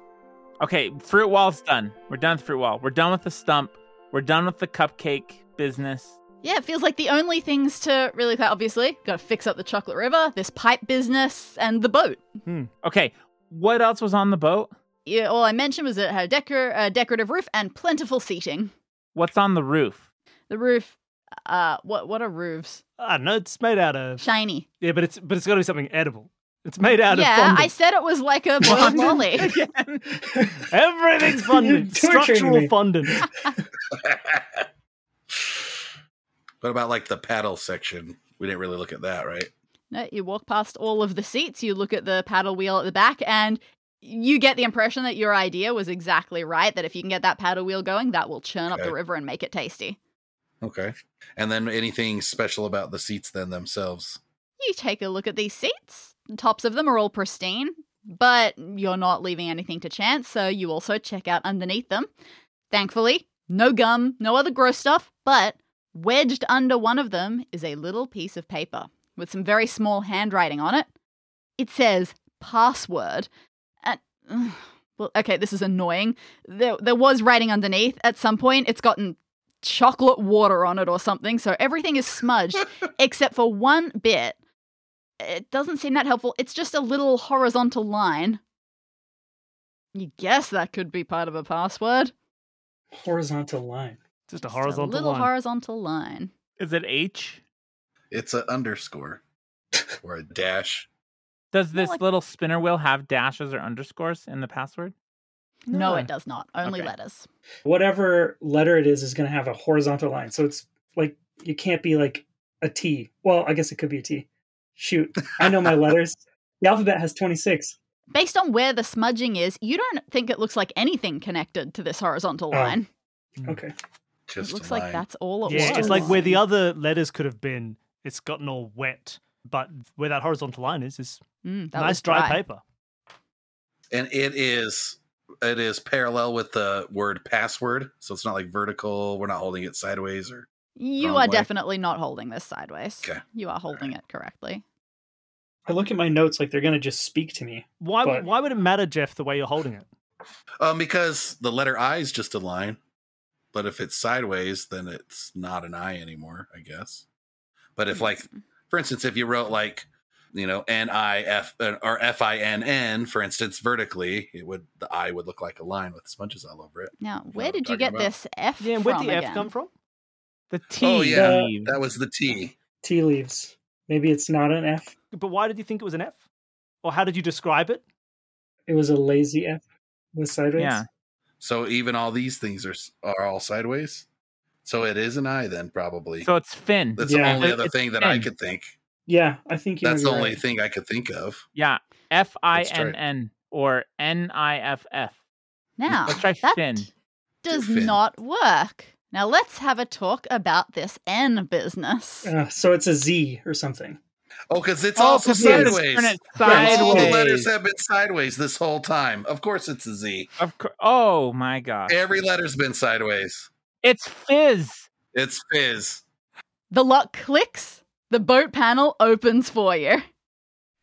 Speaker 4: Okay, fruit wall's done. We're done with fruit wall. We're done with the stump. We're done with the cupcake business.
Speaker 2: Yeah, it feels like the only things to really clear, obviously, got to fix up the chocolate river, this pipe business, and the boat.
Speaker 4: Hmm. Okay, what else was on the boat?
Speaker 2: Yeah, all I mentioned was that it had a decor- uh, decorative roof and plentiful seating.
Speaker 4: What's on the roof?
Speaker 2: The roof, uh, what what are roofs?
Speaker 1: I don't know. It's made out of
Speaker 2: Shiny.
Speaker 1: yeah, but it's but it's got to be something edible. It's made out
Speaker 2: yeah,
Speaker 1: of
Speaker 2: I
Speaker 1: fondant.
Speaker 2: said it was like a boiled lolly.
Speaker 1: Everything's fondant.
Speaker 5: You're torturing
Speaker 1: Structural
Speaker 5: me.
Speaker 1: fondant.
Speaker 3: what about like the paddle section? We didn't really look at that, right?
Speaker 2: No, you walk past all of the seats, you look at the paddle wheel at the back, and you get the impression that your idea was exactly right. That if you can get that paddle wheel going, that will churn up
Speaker 3: Okay.
Speaker 2: the river and make it tasty.
Speaker 3: Okay. And then anything special about the seats then themselves?
Speaker 2: You take a look at these seats. The tops of them are all pristine, but you're not leaving anything to chance, so you also check out underneath them. Thankfully, no gum, no other gross stuff, but wedged under one of them is a little piece of paper with some very small handwriting on it. It says password. And ugh, well, okay, this is annoying. There there was writing underneath at some point. It's gotten chocolate water on it or something, so everything is smudged except for one bit it doesn't seem that helpful. It's just a little horizontal line. You guess that could be part of a password.
Speaker 5: Horizontal line.
Speaker 1: Just a
Speaker 2: Just
Speaker 1: horizontal
Speaker 2: a little
Speaker 1: line.
Speaker 2: horizontal line.
Speaker 4: Is it H?
Speaker 3: It's an underscore or a dash.
Speaker 4: Does this
Speaker 2: like-
Speaker 4: little spinner wheel have dashes or underscores in the password?
Speaker 2: No,
Speaker 1: No.
Speaker 2: it does not. Only
Speaker 4: Okay.
Speaker 2: letters.
Speaker 5: Whatever letter it is is going to have a horizontal line. So it's like you can't be like a T. Well, I guess it could be a T. Shoot, I know my letters. The alphabet has 26.
Speaker 2: Based on where the smudging is, you don't think it looks like anything connected to this horizontal
Speaker 5: Oh,
Speaker 2: line.
Speaker 5: Okay.
Speaker 3: Just
Speaker 2: it looks
Speaker 3: a
Speaker 2: like
Speaker 3: line.
Speaker 2: that's all it
Speaker 1: Yeah,
Speaker 2: was.
Speaker 1: it's like where the other letters could have been. It's gotten all wet, but where that horizontal line is is
Speaker 2: Mm, that
Speaker 1: nice
Speaker 2: was dry.
Speaker 1: paper.
Speaker 3: and it is it is parallel with the word password, so it's not like vertical. We're not holding it sideways or
Speaker 2: You
Speaker 3: Wrong
Speaker 2: are
Speaker 3: way.
Speaker 2: definitely not holding this sideways.
Speaker 3: Oh, Okay.
Speaker 2: You are holding it correctly.
Speaker 5: I look at my notes like they're going to just speak to me.
Speaker 1: Why
Speaker 5: But-
Speaker 1: why would it matter, Jeff, the way you're holding it?
Speaker 3: um because the letter I is just a line, but if it's sideways, then it's not an I anymore, I guess. But if like
Speaker 2: Hmm.
Speaker 3: for instance, if you wrote like you know N I F uh, or F I N N, for instance, vertically, it would the I would look like a line with smudges all over it.
Speaker 2: Now,
Speaker 3: what
Speaker 2: where
Speaker 3: I'm
Speaker 2: did you
Speaker 3: talking
Speaker 2: get
Speaker 3: about.
Speaker 2: this F
Speaker 1: Yeah, and
Speaker 2: from
Speaker 1: where'd the
Speaker 2: again?
Speaker 1: F come from?
Speaker 4: The T.
Speaker 3: oh yeah,
Speaker 4: Eve.
Speaker 3: that was the T.
Speaker 5: Tea leaves. Maybe it's not an F.
Speaker 1: But why did you think it was an F? Or how did you describe it?
Speaker 5: It was a lazy F. It was sideways.
Speaker 4: Yeah.
Speaker 3: So even all these things are s- are all sideways. So it is an I then probably.
Speaker 4: So it's Finn.
Speaker 3: That's
Speaker 5: Yeah.
Speaker 3: the only
Speaker 4: It-
Speaker 3: other
Speaker 4: it's
Speaker 3: thing that I
Speaker 4: Finn.
Speaker 3: could think.
Speaker 5: Yeah, I think you
Speaker 3: That's
Speaker 5: might
Speaker 3: the
Speaker 5: be
Speaker 3: only
Speaker 5: right.
Speaker 3: thing I could think of.
Speaker 4: Yeah. F I N
Speaker 3: try it.
Speaker 4: N or N I F F.
Speaker 2: Now,
Speaker 4: Let's try
Speaker 2: that
Speaker 4: Finn.
Speaker 2: does
Speaker 3: Finn.
Speaker 2: not work. Now let's have a talk about this N business.
Speaker 5: Uh, so it's a Z or something.
Speaker 3: Oh, because it's
Speaker 4: Oh,
Speaker 3: also
Speaker 4: 'cause we had to
Speaker 3: sideways.
Speaker 4: turn it
Speaker 5: Yeah,
Speaker 3: All the
Speaker 4: sideways.
Speaker 3: letters have been sideways this whole time. Of course, it's a Z.
Speaker 4: Of cour- oh my god.
Speaker 3: Every letter's been sideways.
Speaker 4: It's Fizz.
Speaker 3: It's fizz.
Speaker 2: The lock clicks, the boat panel opens for you.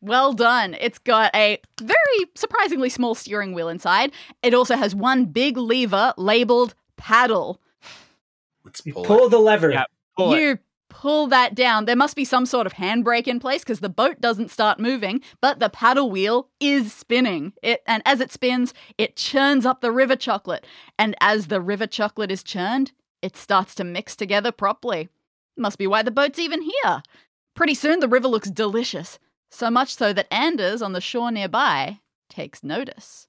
Speaker 2: Well done. It's got a very surprisingly small steering wheel inside. It also has one big lever labeled paddle.
Speaker 3: Let's
Speaker 5: You
Speaker 3: pull,
Speaker 5: pull
Speaker 3: it.
Speaker 5: the lever.
Speaker 4: Yeah. Pull it.
Speaker 2: you pull that down. There must be some sort of handbrake in place because the boat doesn't start moving, but the paddle wheel is spinning. It and as it spins, it churns up the river chocolate, and as the river chocolate is churned, it starts to mix together properly. Must be why the boat's even here. Pretty soon the river looks delicious, so much so that Anders on the shore nearby takes notice.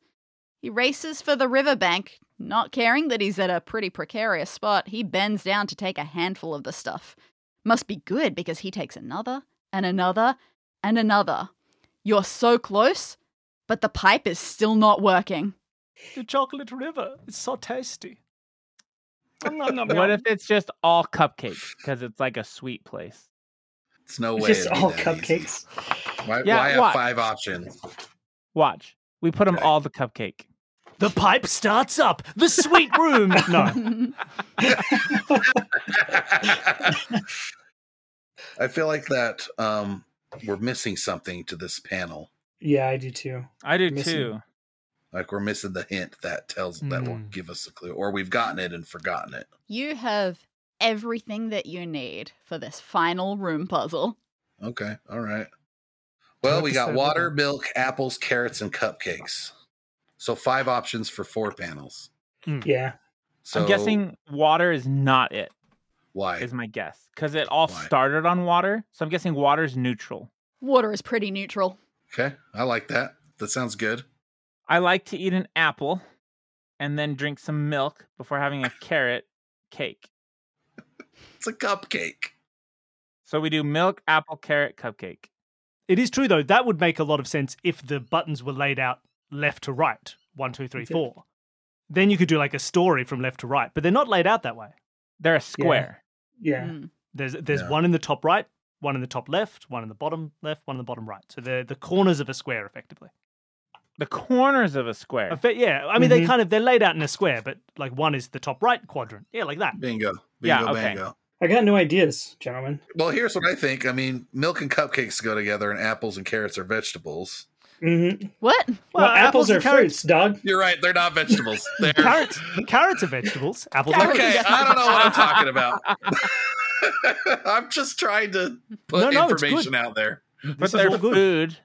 Speaker 2: He races for the riverbank, not caring that he's at a pretty precarious spot. He bends down to take a handful of the stuff. Must be good because he takes another and another and another. You're so close, but the pipe is still not working.
Speaker 1: The chocolate river. It's so tasty. Nom, nom, nom,
Speaker 4: What
Speaker 1: nom.
Speaker 4: if it's just all cupcakes because it's like a sweet place?
Speaker 3: It's no
Speaker 5: It's
Speaker 3: way.
Speaker 5: just
Speaker 3: it'd be
Speaker 5: all
Speaker 3: that easy.
Speaker 5: cupcakes.
Speaker 3: Why,
Speaker 4: Yeah,
Speaker 3: why have
Speaker 4: watch.
Speaker 3: five options?
Speaker 4: Watch, we put them
Speaker 3: Okay.
Speaker 4: all the cupcake.
Speaker 1: the pipe starts up? The sweet room. no.
Speaker 3: I feel like that um, we're missing something to this panel.
Speaker 5: Yeah, I do too.
Speaker 4: I do
Speaker 5: Missing.
Speaker 4: too.
Speaker 3: Like we're missing the hint that tells that will
Speaker 1: Mm.
Speaker 3: give us a clue, or we've gotten it and forgotten it.
Speaker 2: you have everything that you need for this final room puzzle.
Speaker 3: Okay, all right. Well, we got
Speaker 1: Episode
Speaker 3: water,
Speaker 1: one.
Speaker 3: milk, apples, carrots, and cupcakes. So five options for four panels.
Speaker 5: Yeah.
Speaker 3: So
Speaker 4: I'm guessing water is not it.
Speaker 3: why
Speaker 4: Is my guess because it all
Speaker 3: Why?
Speaker 4: started on water, so I'm guessing water's neutral.
Speaker 2: Water is pretty neutral.
Speaker 3: Okay, I like that. That sounds good.
Speaker 4: I like to eat an apple, and then drink some milk before having a carrot cake.
Speaker 3: It's a cupcake.
Speaker 4: So we do milk, apple, carrot, cupcake.
Speaker 1: It is true though. That would make a lot of sense if the buttons were laid out left to right, one, two, three,
Speaker 5: Okay.
Speaker 1: four. Then you could do like a story from left to right, but they're not laid out that way.
Speaker 4: They're a square.
Speaker 5: Yeah.
Speaker 2: Mm.
Speaker 1: There's there's
Speaker 3: Yeah.
Speaker 1: one in the top right, one in the top left, one in the bottom left, one in the bottom right. So they're the corners of a square, effectively.
Speaker 4: The corners of a square.
Speaker 1: In fact, yeah, I mean they
Speaker 5: Mhm.
Speaker 1: kind of they're laid out in a square, but like one is the top right quadrant, yeah, like that.
Speaker 3: Bingo. Bingo.
Speaker 4: Yeah, okay.
Speaker 3: Bango.
Speaker 5: I got no ideas, gentlemen.
Speaker 3: Well, here's what I think. I mean, milk and cupcakes go together, and apples and carrots are vegetables.
Speaker 5: Mm-hmm.
Speaker 2: What?
Speaker 5: Well, apples,
Speaker 1: and
Speaker 5: are
Speaker 1: carrots.
Speaker 5: fruits, dog.
Speaker 3: You're right. They're not vegetables. They're
Speaker 1: Carrots, carrots are vegetables. Apples are
Speaker 3: okay.
Speaker 2: Carrots.
Speaker 3: I don't know what I'm talking about. I'm just trying to put
Speaker 1: No, no, it's
Speaker 3: information out there.
Speaker 4: but
Speaker 1: This is
Speaker 4: they're
Speaker 1: all good.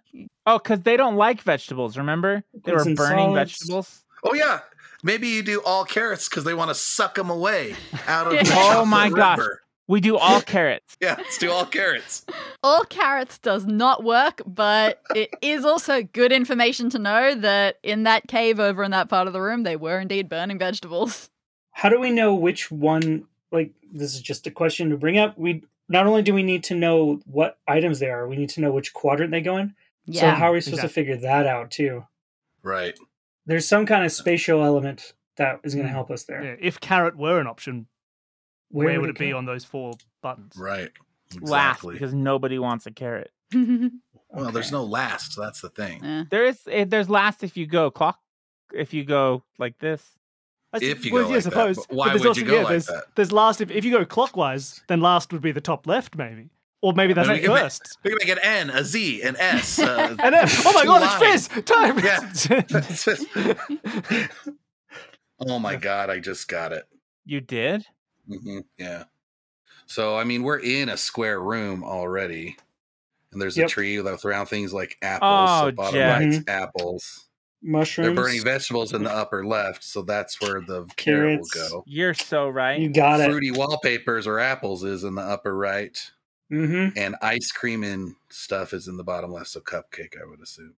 Speaker 4: food. Oh, because they don't like vegetables. Remember, they were
Speaker 5: Fruits
Speaker 4: burning
Speaker 5: and solids.
Speaker 4: vegetables.
Speaker 3: Oh yeah, maybe you do all carrots because they want to suck them away out of. the
Speaker 2: Oh
Speaker 3: chocolate
Speaker 4: my gosh.
Speaker 3: river.
Speaker 4: We do all carrots.
Speaker 3: Yeah, let's do all carrots.
Speaker 2: All carrots does not work, but it is also good information to know that in that cave over in that part of the room, they were indeed burning vegetables.
Speaker 5: How do we know which one? Like, this is just a question to bring up. We not only do we need to know what items they are, we need to know which quadrant they go in. So
Speaker 2: Yeah.
Speaker 5: how are we supposed to
Speaker 1: Exactly.
Speaker 5: figure that out too?
Speaker 3: Right.
Speaker 5: There's some kind of spatial element that is going
Speaker 1: Mm.
Speaker 5: to help us there.
Speaker 1: Yeah, if carrot were an option, where, would it be
Speaker 5: go?
Speaker 1: on those four buttons?
Speaker 3: Right.
Speaker 4: Last,
Speaker 3: Exactly.
Speaker 4: because nobody wants a carrot.
Speaker 3: Well, there's
Speaker 5: Okay.
Speaker 3: no last. That's the thing.
Speaker 2: Yeah.
Speaker 4: There is. eh, There's last if you go clock. If you go like this.
Speaker 1: I
Speaker 3: If you
Speaker 1: well,
Speaker 3: go
Speaker 1: yeah,
Speaker 3: like that,
Speaker 1: suppose.
Speaker 3: but why
Speaker 1: there's
Speaker 3: would you go like
Speaker 1: there's,
Speaker 3: that?
Speaker 1: There's last if, if you go clockwise, then last would be the top left, maybe, or maybe that's
Speaker 3: Then
Speaker 1: at
Speaker 3: we can make-
Speaker 1: first.
Speaker 3: We can make an N, a Z, an S. Uh,
Speaker 1: And then, oh my god, it's Fizz time!
Speaker 3: Yeah. Fizz! oh my god, I just got it.
Speaker 4: You did.
Speaker 3: hmm Yeah. So I mean, we're in a square room already, and there's
Speaker 5: Yep. Mm-hmm.
Speaker 3: a tree with round things like apples.
Speaker 4: Oh,
Speaker 3: so bottom
Speaker 4: Jack.
Speaker 3: right's apples.
Speaker 5: Mushrooms.
Speaker 3: They're burning vegetables in the upper left, so that's where the carrot will
Speaker 5: Carrots.
Speaker 3: go.
Speaker 4: You're so right.
Speaker 5: You got it.
Speaker 3: Fruity wallpapers or apples is in the upper right,
Speaker 5: Mm-hmm.
Speaker 3: and ice cream and stuff is in the bottom left. So cupcake, I would assume.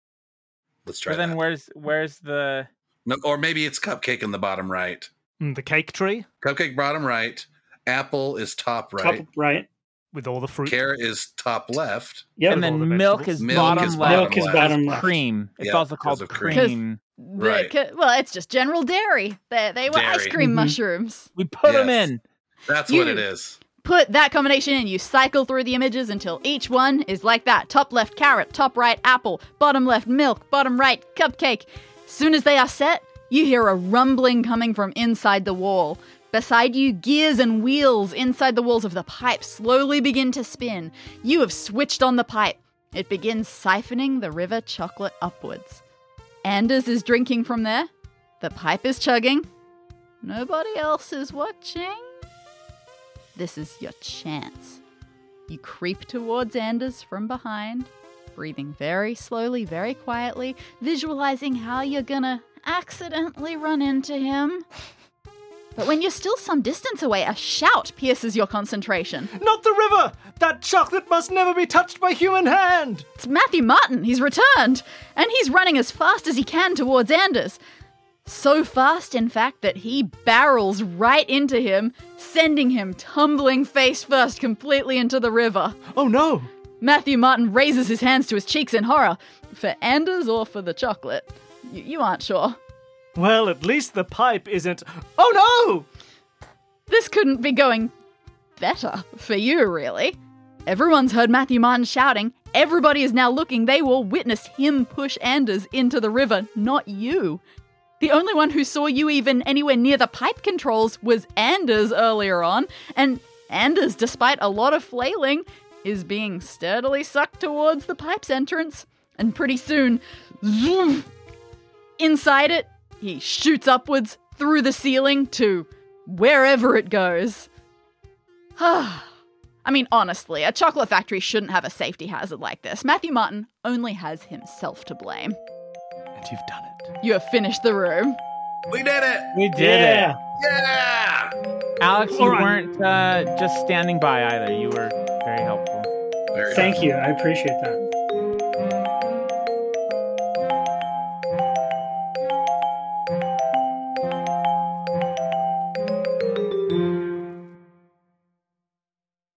Speaker 3: Let's try
Speaker 4: But then
Speaker 3: that.
Speaker 4: where's where's the
Speaker 3: No, or maybe it's cupcake in the bottom right.
Speaker 1: Mm, the cake tree
Speaker 3: Cupcake bottom right. Apple is top right.
Speaker 5: Top right.
Speaker 1: with all the fruit.
Speaker 3: Carrot is top left.
Speaker 5: Yep.
Speaker 4: and
Speaker 1: With all
Speaker 4: then
Speaker 1: the
Speaker 4: milk
Speaker 1: vegetables.
Speaker 4: is
Speaker 3: Milk
Speaker 4: bottom
Speaker 3: is
Speaker 4: left.
Speaker 3: bottom
Speaker 5: Milk is
Speaker 3: left.
Speaker 5: bottom left.
Speaker 4: cream. It's
Speaker 3: Yeah,
Speaker 4: also
Speaker 3: because
Speaker 4: called
Speaker 3: of cream.
Speaker 4: cream.
Speaker 2: 'Cause- The-
Speaker 3: Right.
Speaker 2: c- well, it's just general dairy. They, they were ice
Speaker 3: Dairy.
Speaker 2: cream
Speaker 5: Mhm.
Speaker 2: mushrooms.
Speaker 4: We put them
Speaker 3: Yes.
Speaker 4: in.
Speaker 3: That's what it
Speaker 2: You-
Speaker 3: is.
Speaker 2: Put that combination in. You cycle through the images until each one is like that top left carrot, top right apple, bottom left milk, bottom right cupcake. Soon as they are set, you hear a rumbling coming from inside the wall. Beside you, gears and wheels inside the walls of the pipe slowly begin to spin. You have switched on the pipe. It begins siphoning the river chocolate upwards. Anders is drinking from there. The pipe is chugging. Nobody else is watching. This is your chance. You creep towards Anders from behind, breathing very slowly, very quietly, visualizing how you're gonna accidentally run into him. But when you're still some distance away, a shout pierces your concentration.
Speaker 1: Not the river! That chocolate must never be touched by human hand!
Speaker 2: It's Matthew Martin. He's returned, and he's running as fast as he can towards Anders. So fast, in fact, that he barrels right into him, sending him tumbling face first completely into the river.
Speaker 1: Oh no!
Speaker 2: Matthew Martin raises his hands to his cheeks in horror. For Anders or for the chocolate? You, you aren't sure.
Speaker 1: Well, at least the pipe isn't. Oh no!
Speaker 2: This couldn't be going better for you, really. Everyone's heard Matthew Martin shouting. Everybody is now looking. They all witnessed him push Anders into the river, not you. The only one who saw you even anywhere near the pipe controls was Anders earlier on, and Anders, despite a lot of flailing, is being sturdily sucked towards the pipe's entrance. And pretty soon, zoom! Inside it, he shoots upwards through the ceiling to wherever it goes. I mean, honestly, a chocolate factory shouldn't have a safety hazard like this. Matthew Martin only has himself to blame.
Speaker 1: And you've done it.
Speaker 2: You have finished the room.
Speaker 3: We did it.
Speaker 4: We did
Speaker 5: yeah.
Speaker 3: Yeah.
Speaker 4: it. Alex, you
Speaker 1: All right.
Speaker 4: weren't uh, just standing by either. You were very helpful.
Speaker 3: Very
Speaker 5: Thank you. I appreciate that.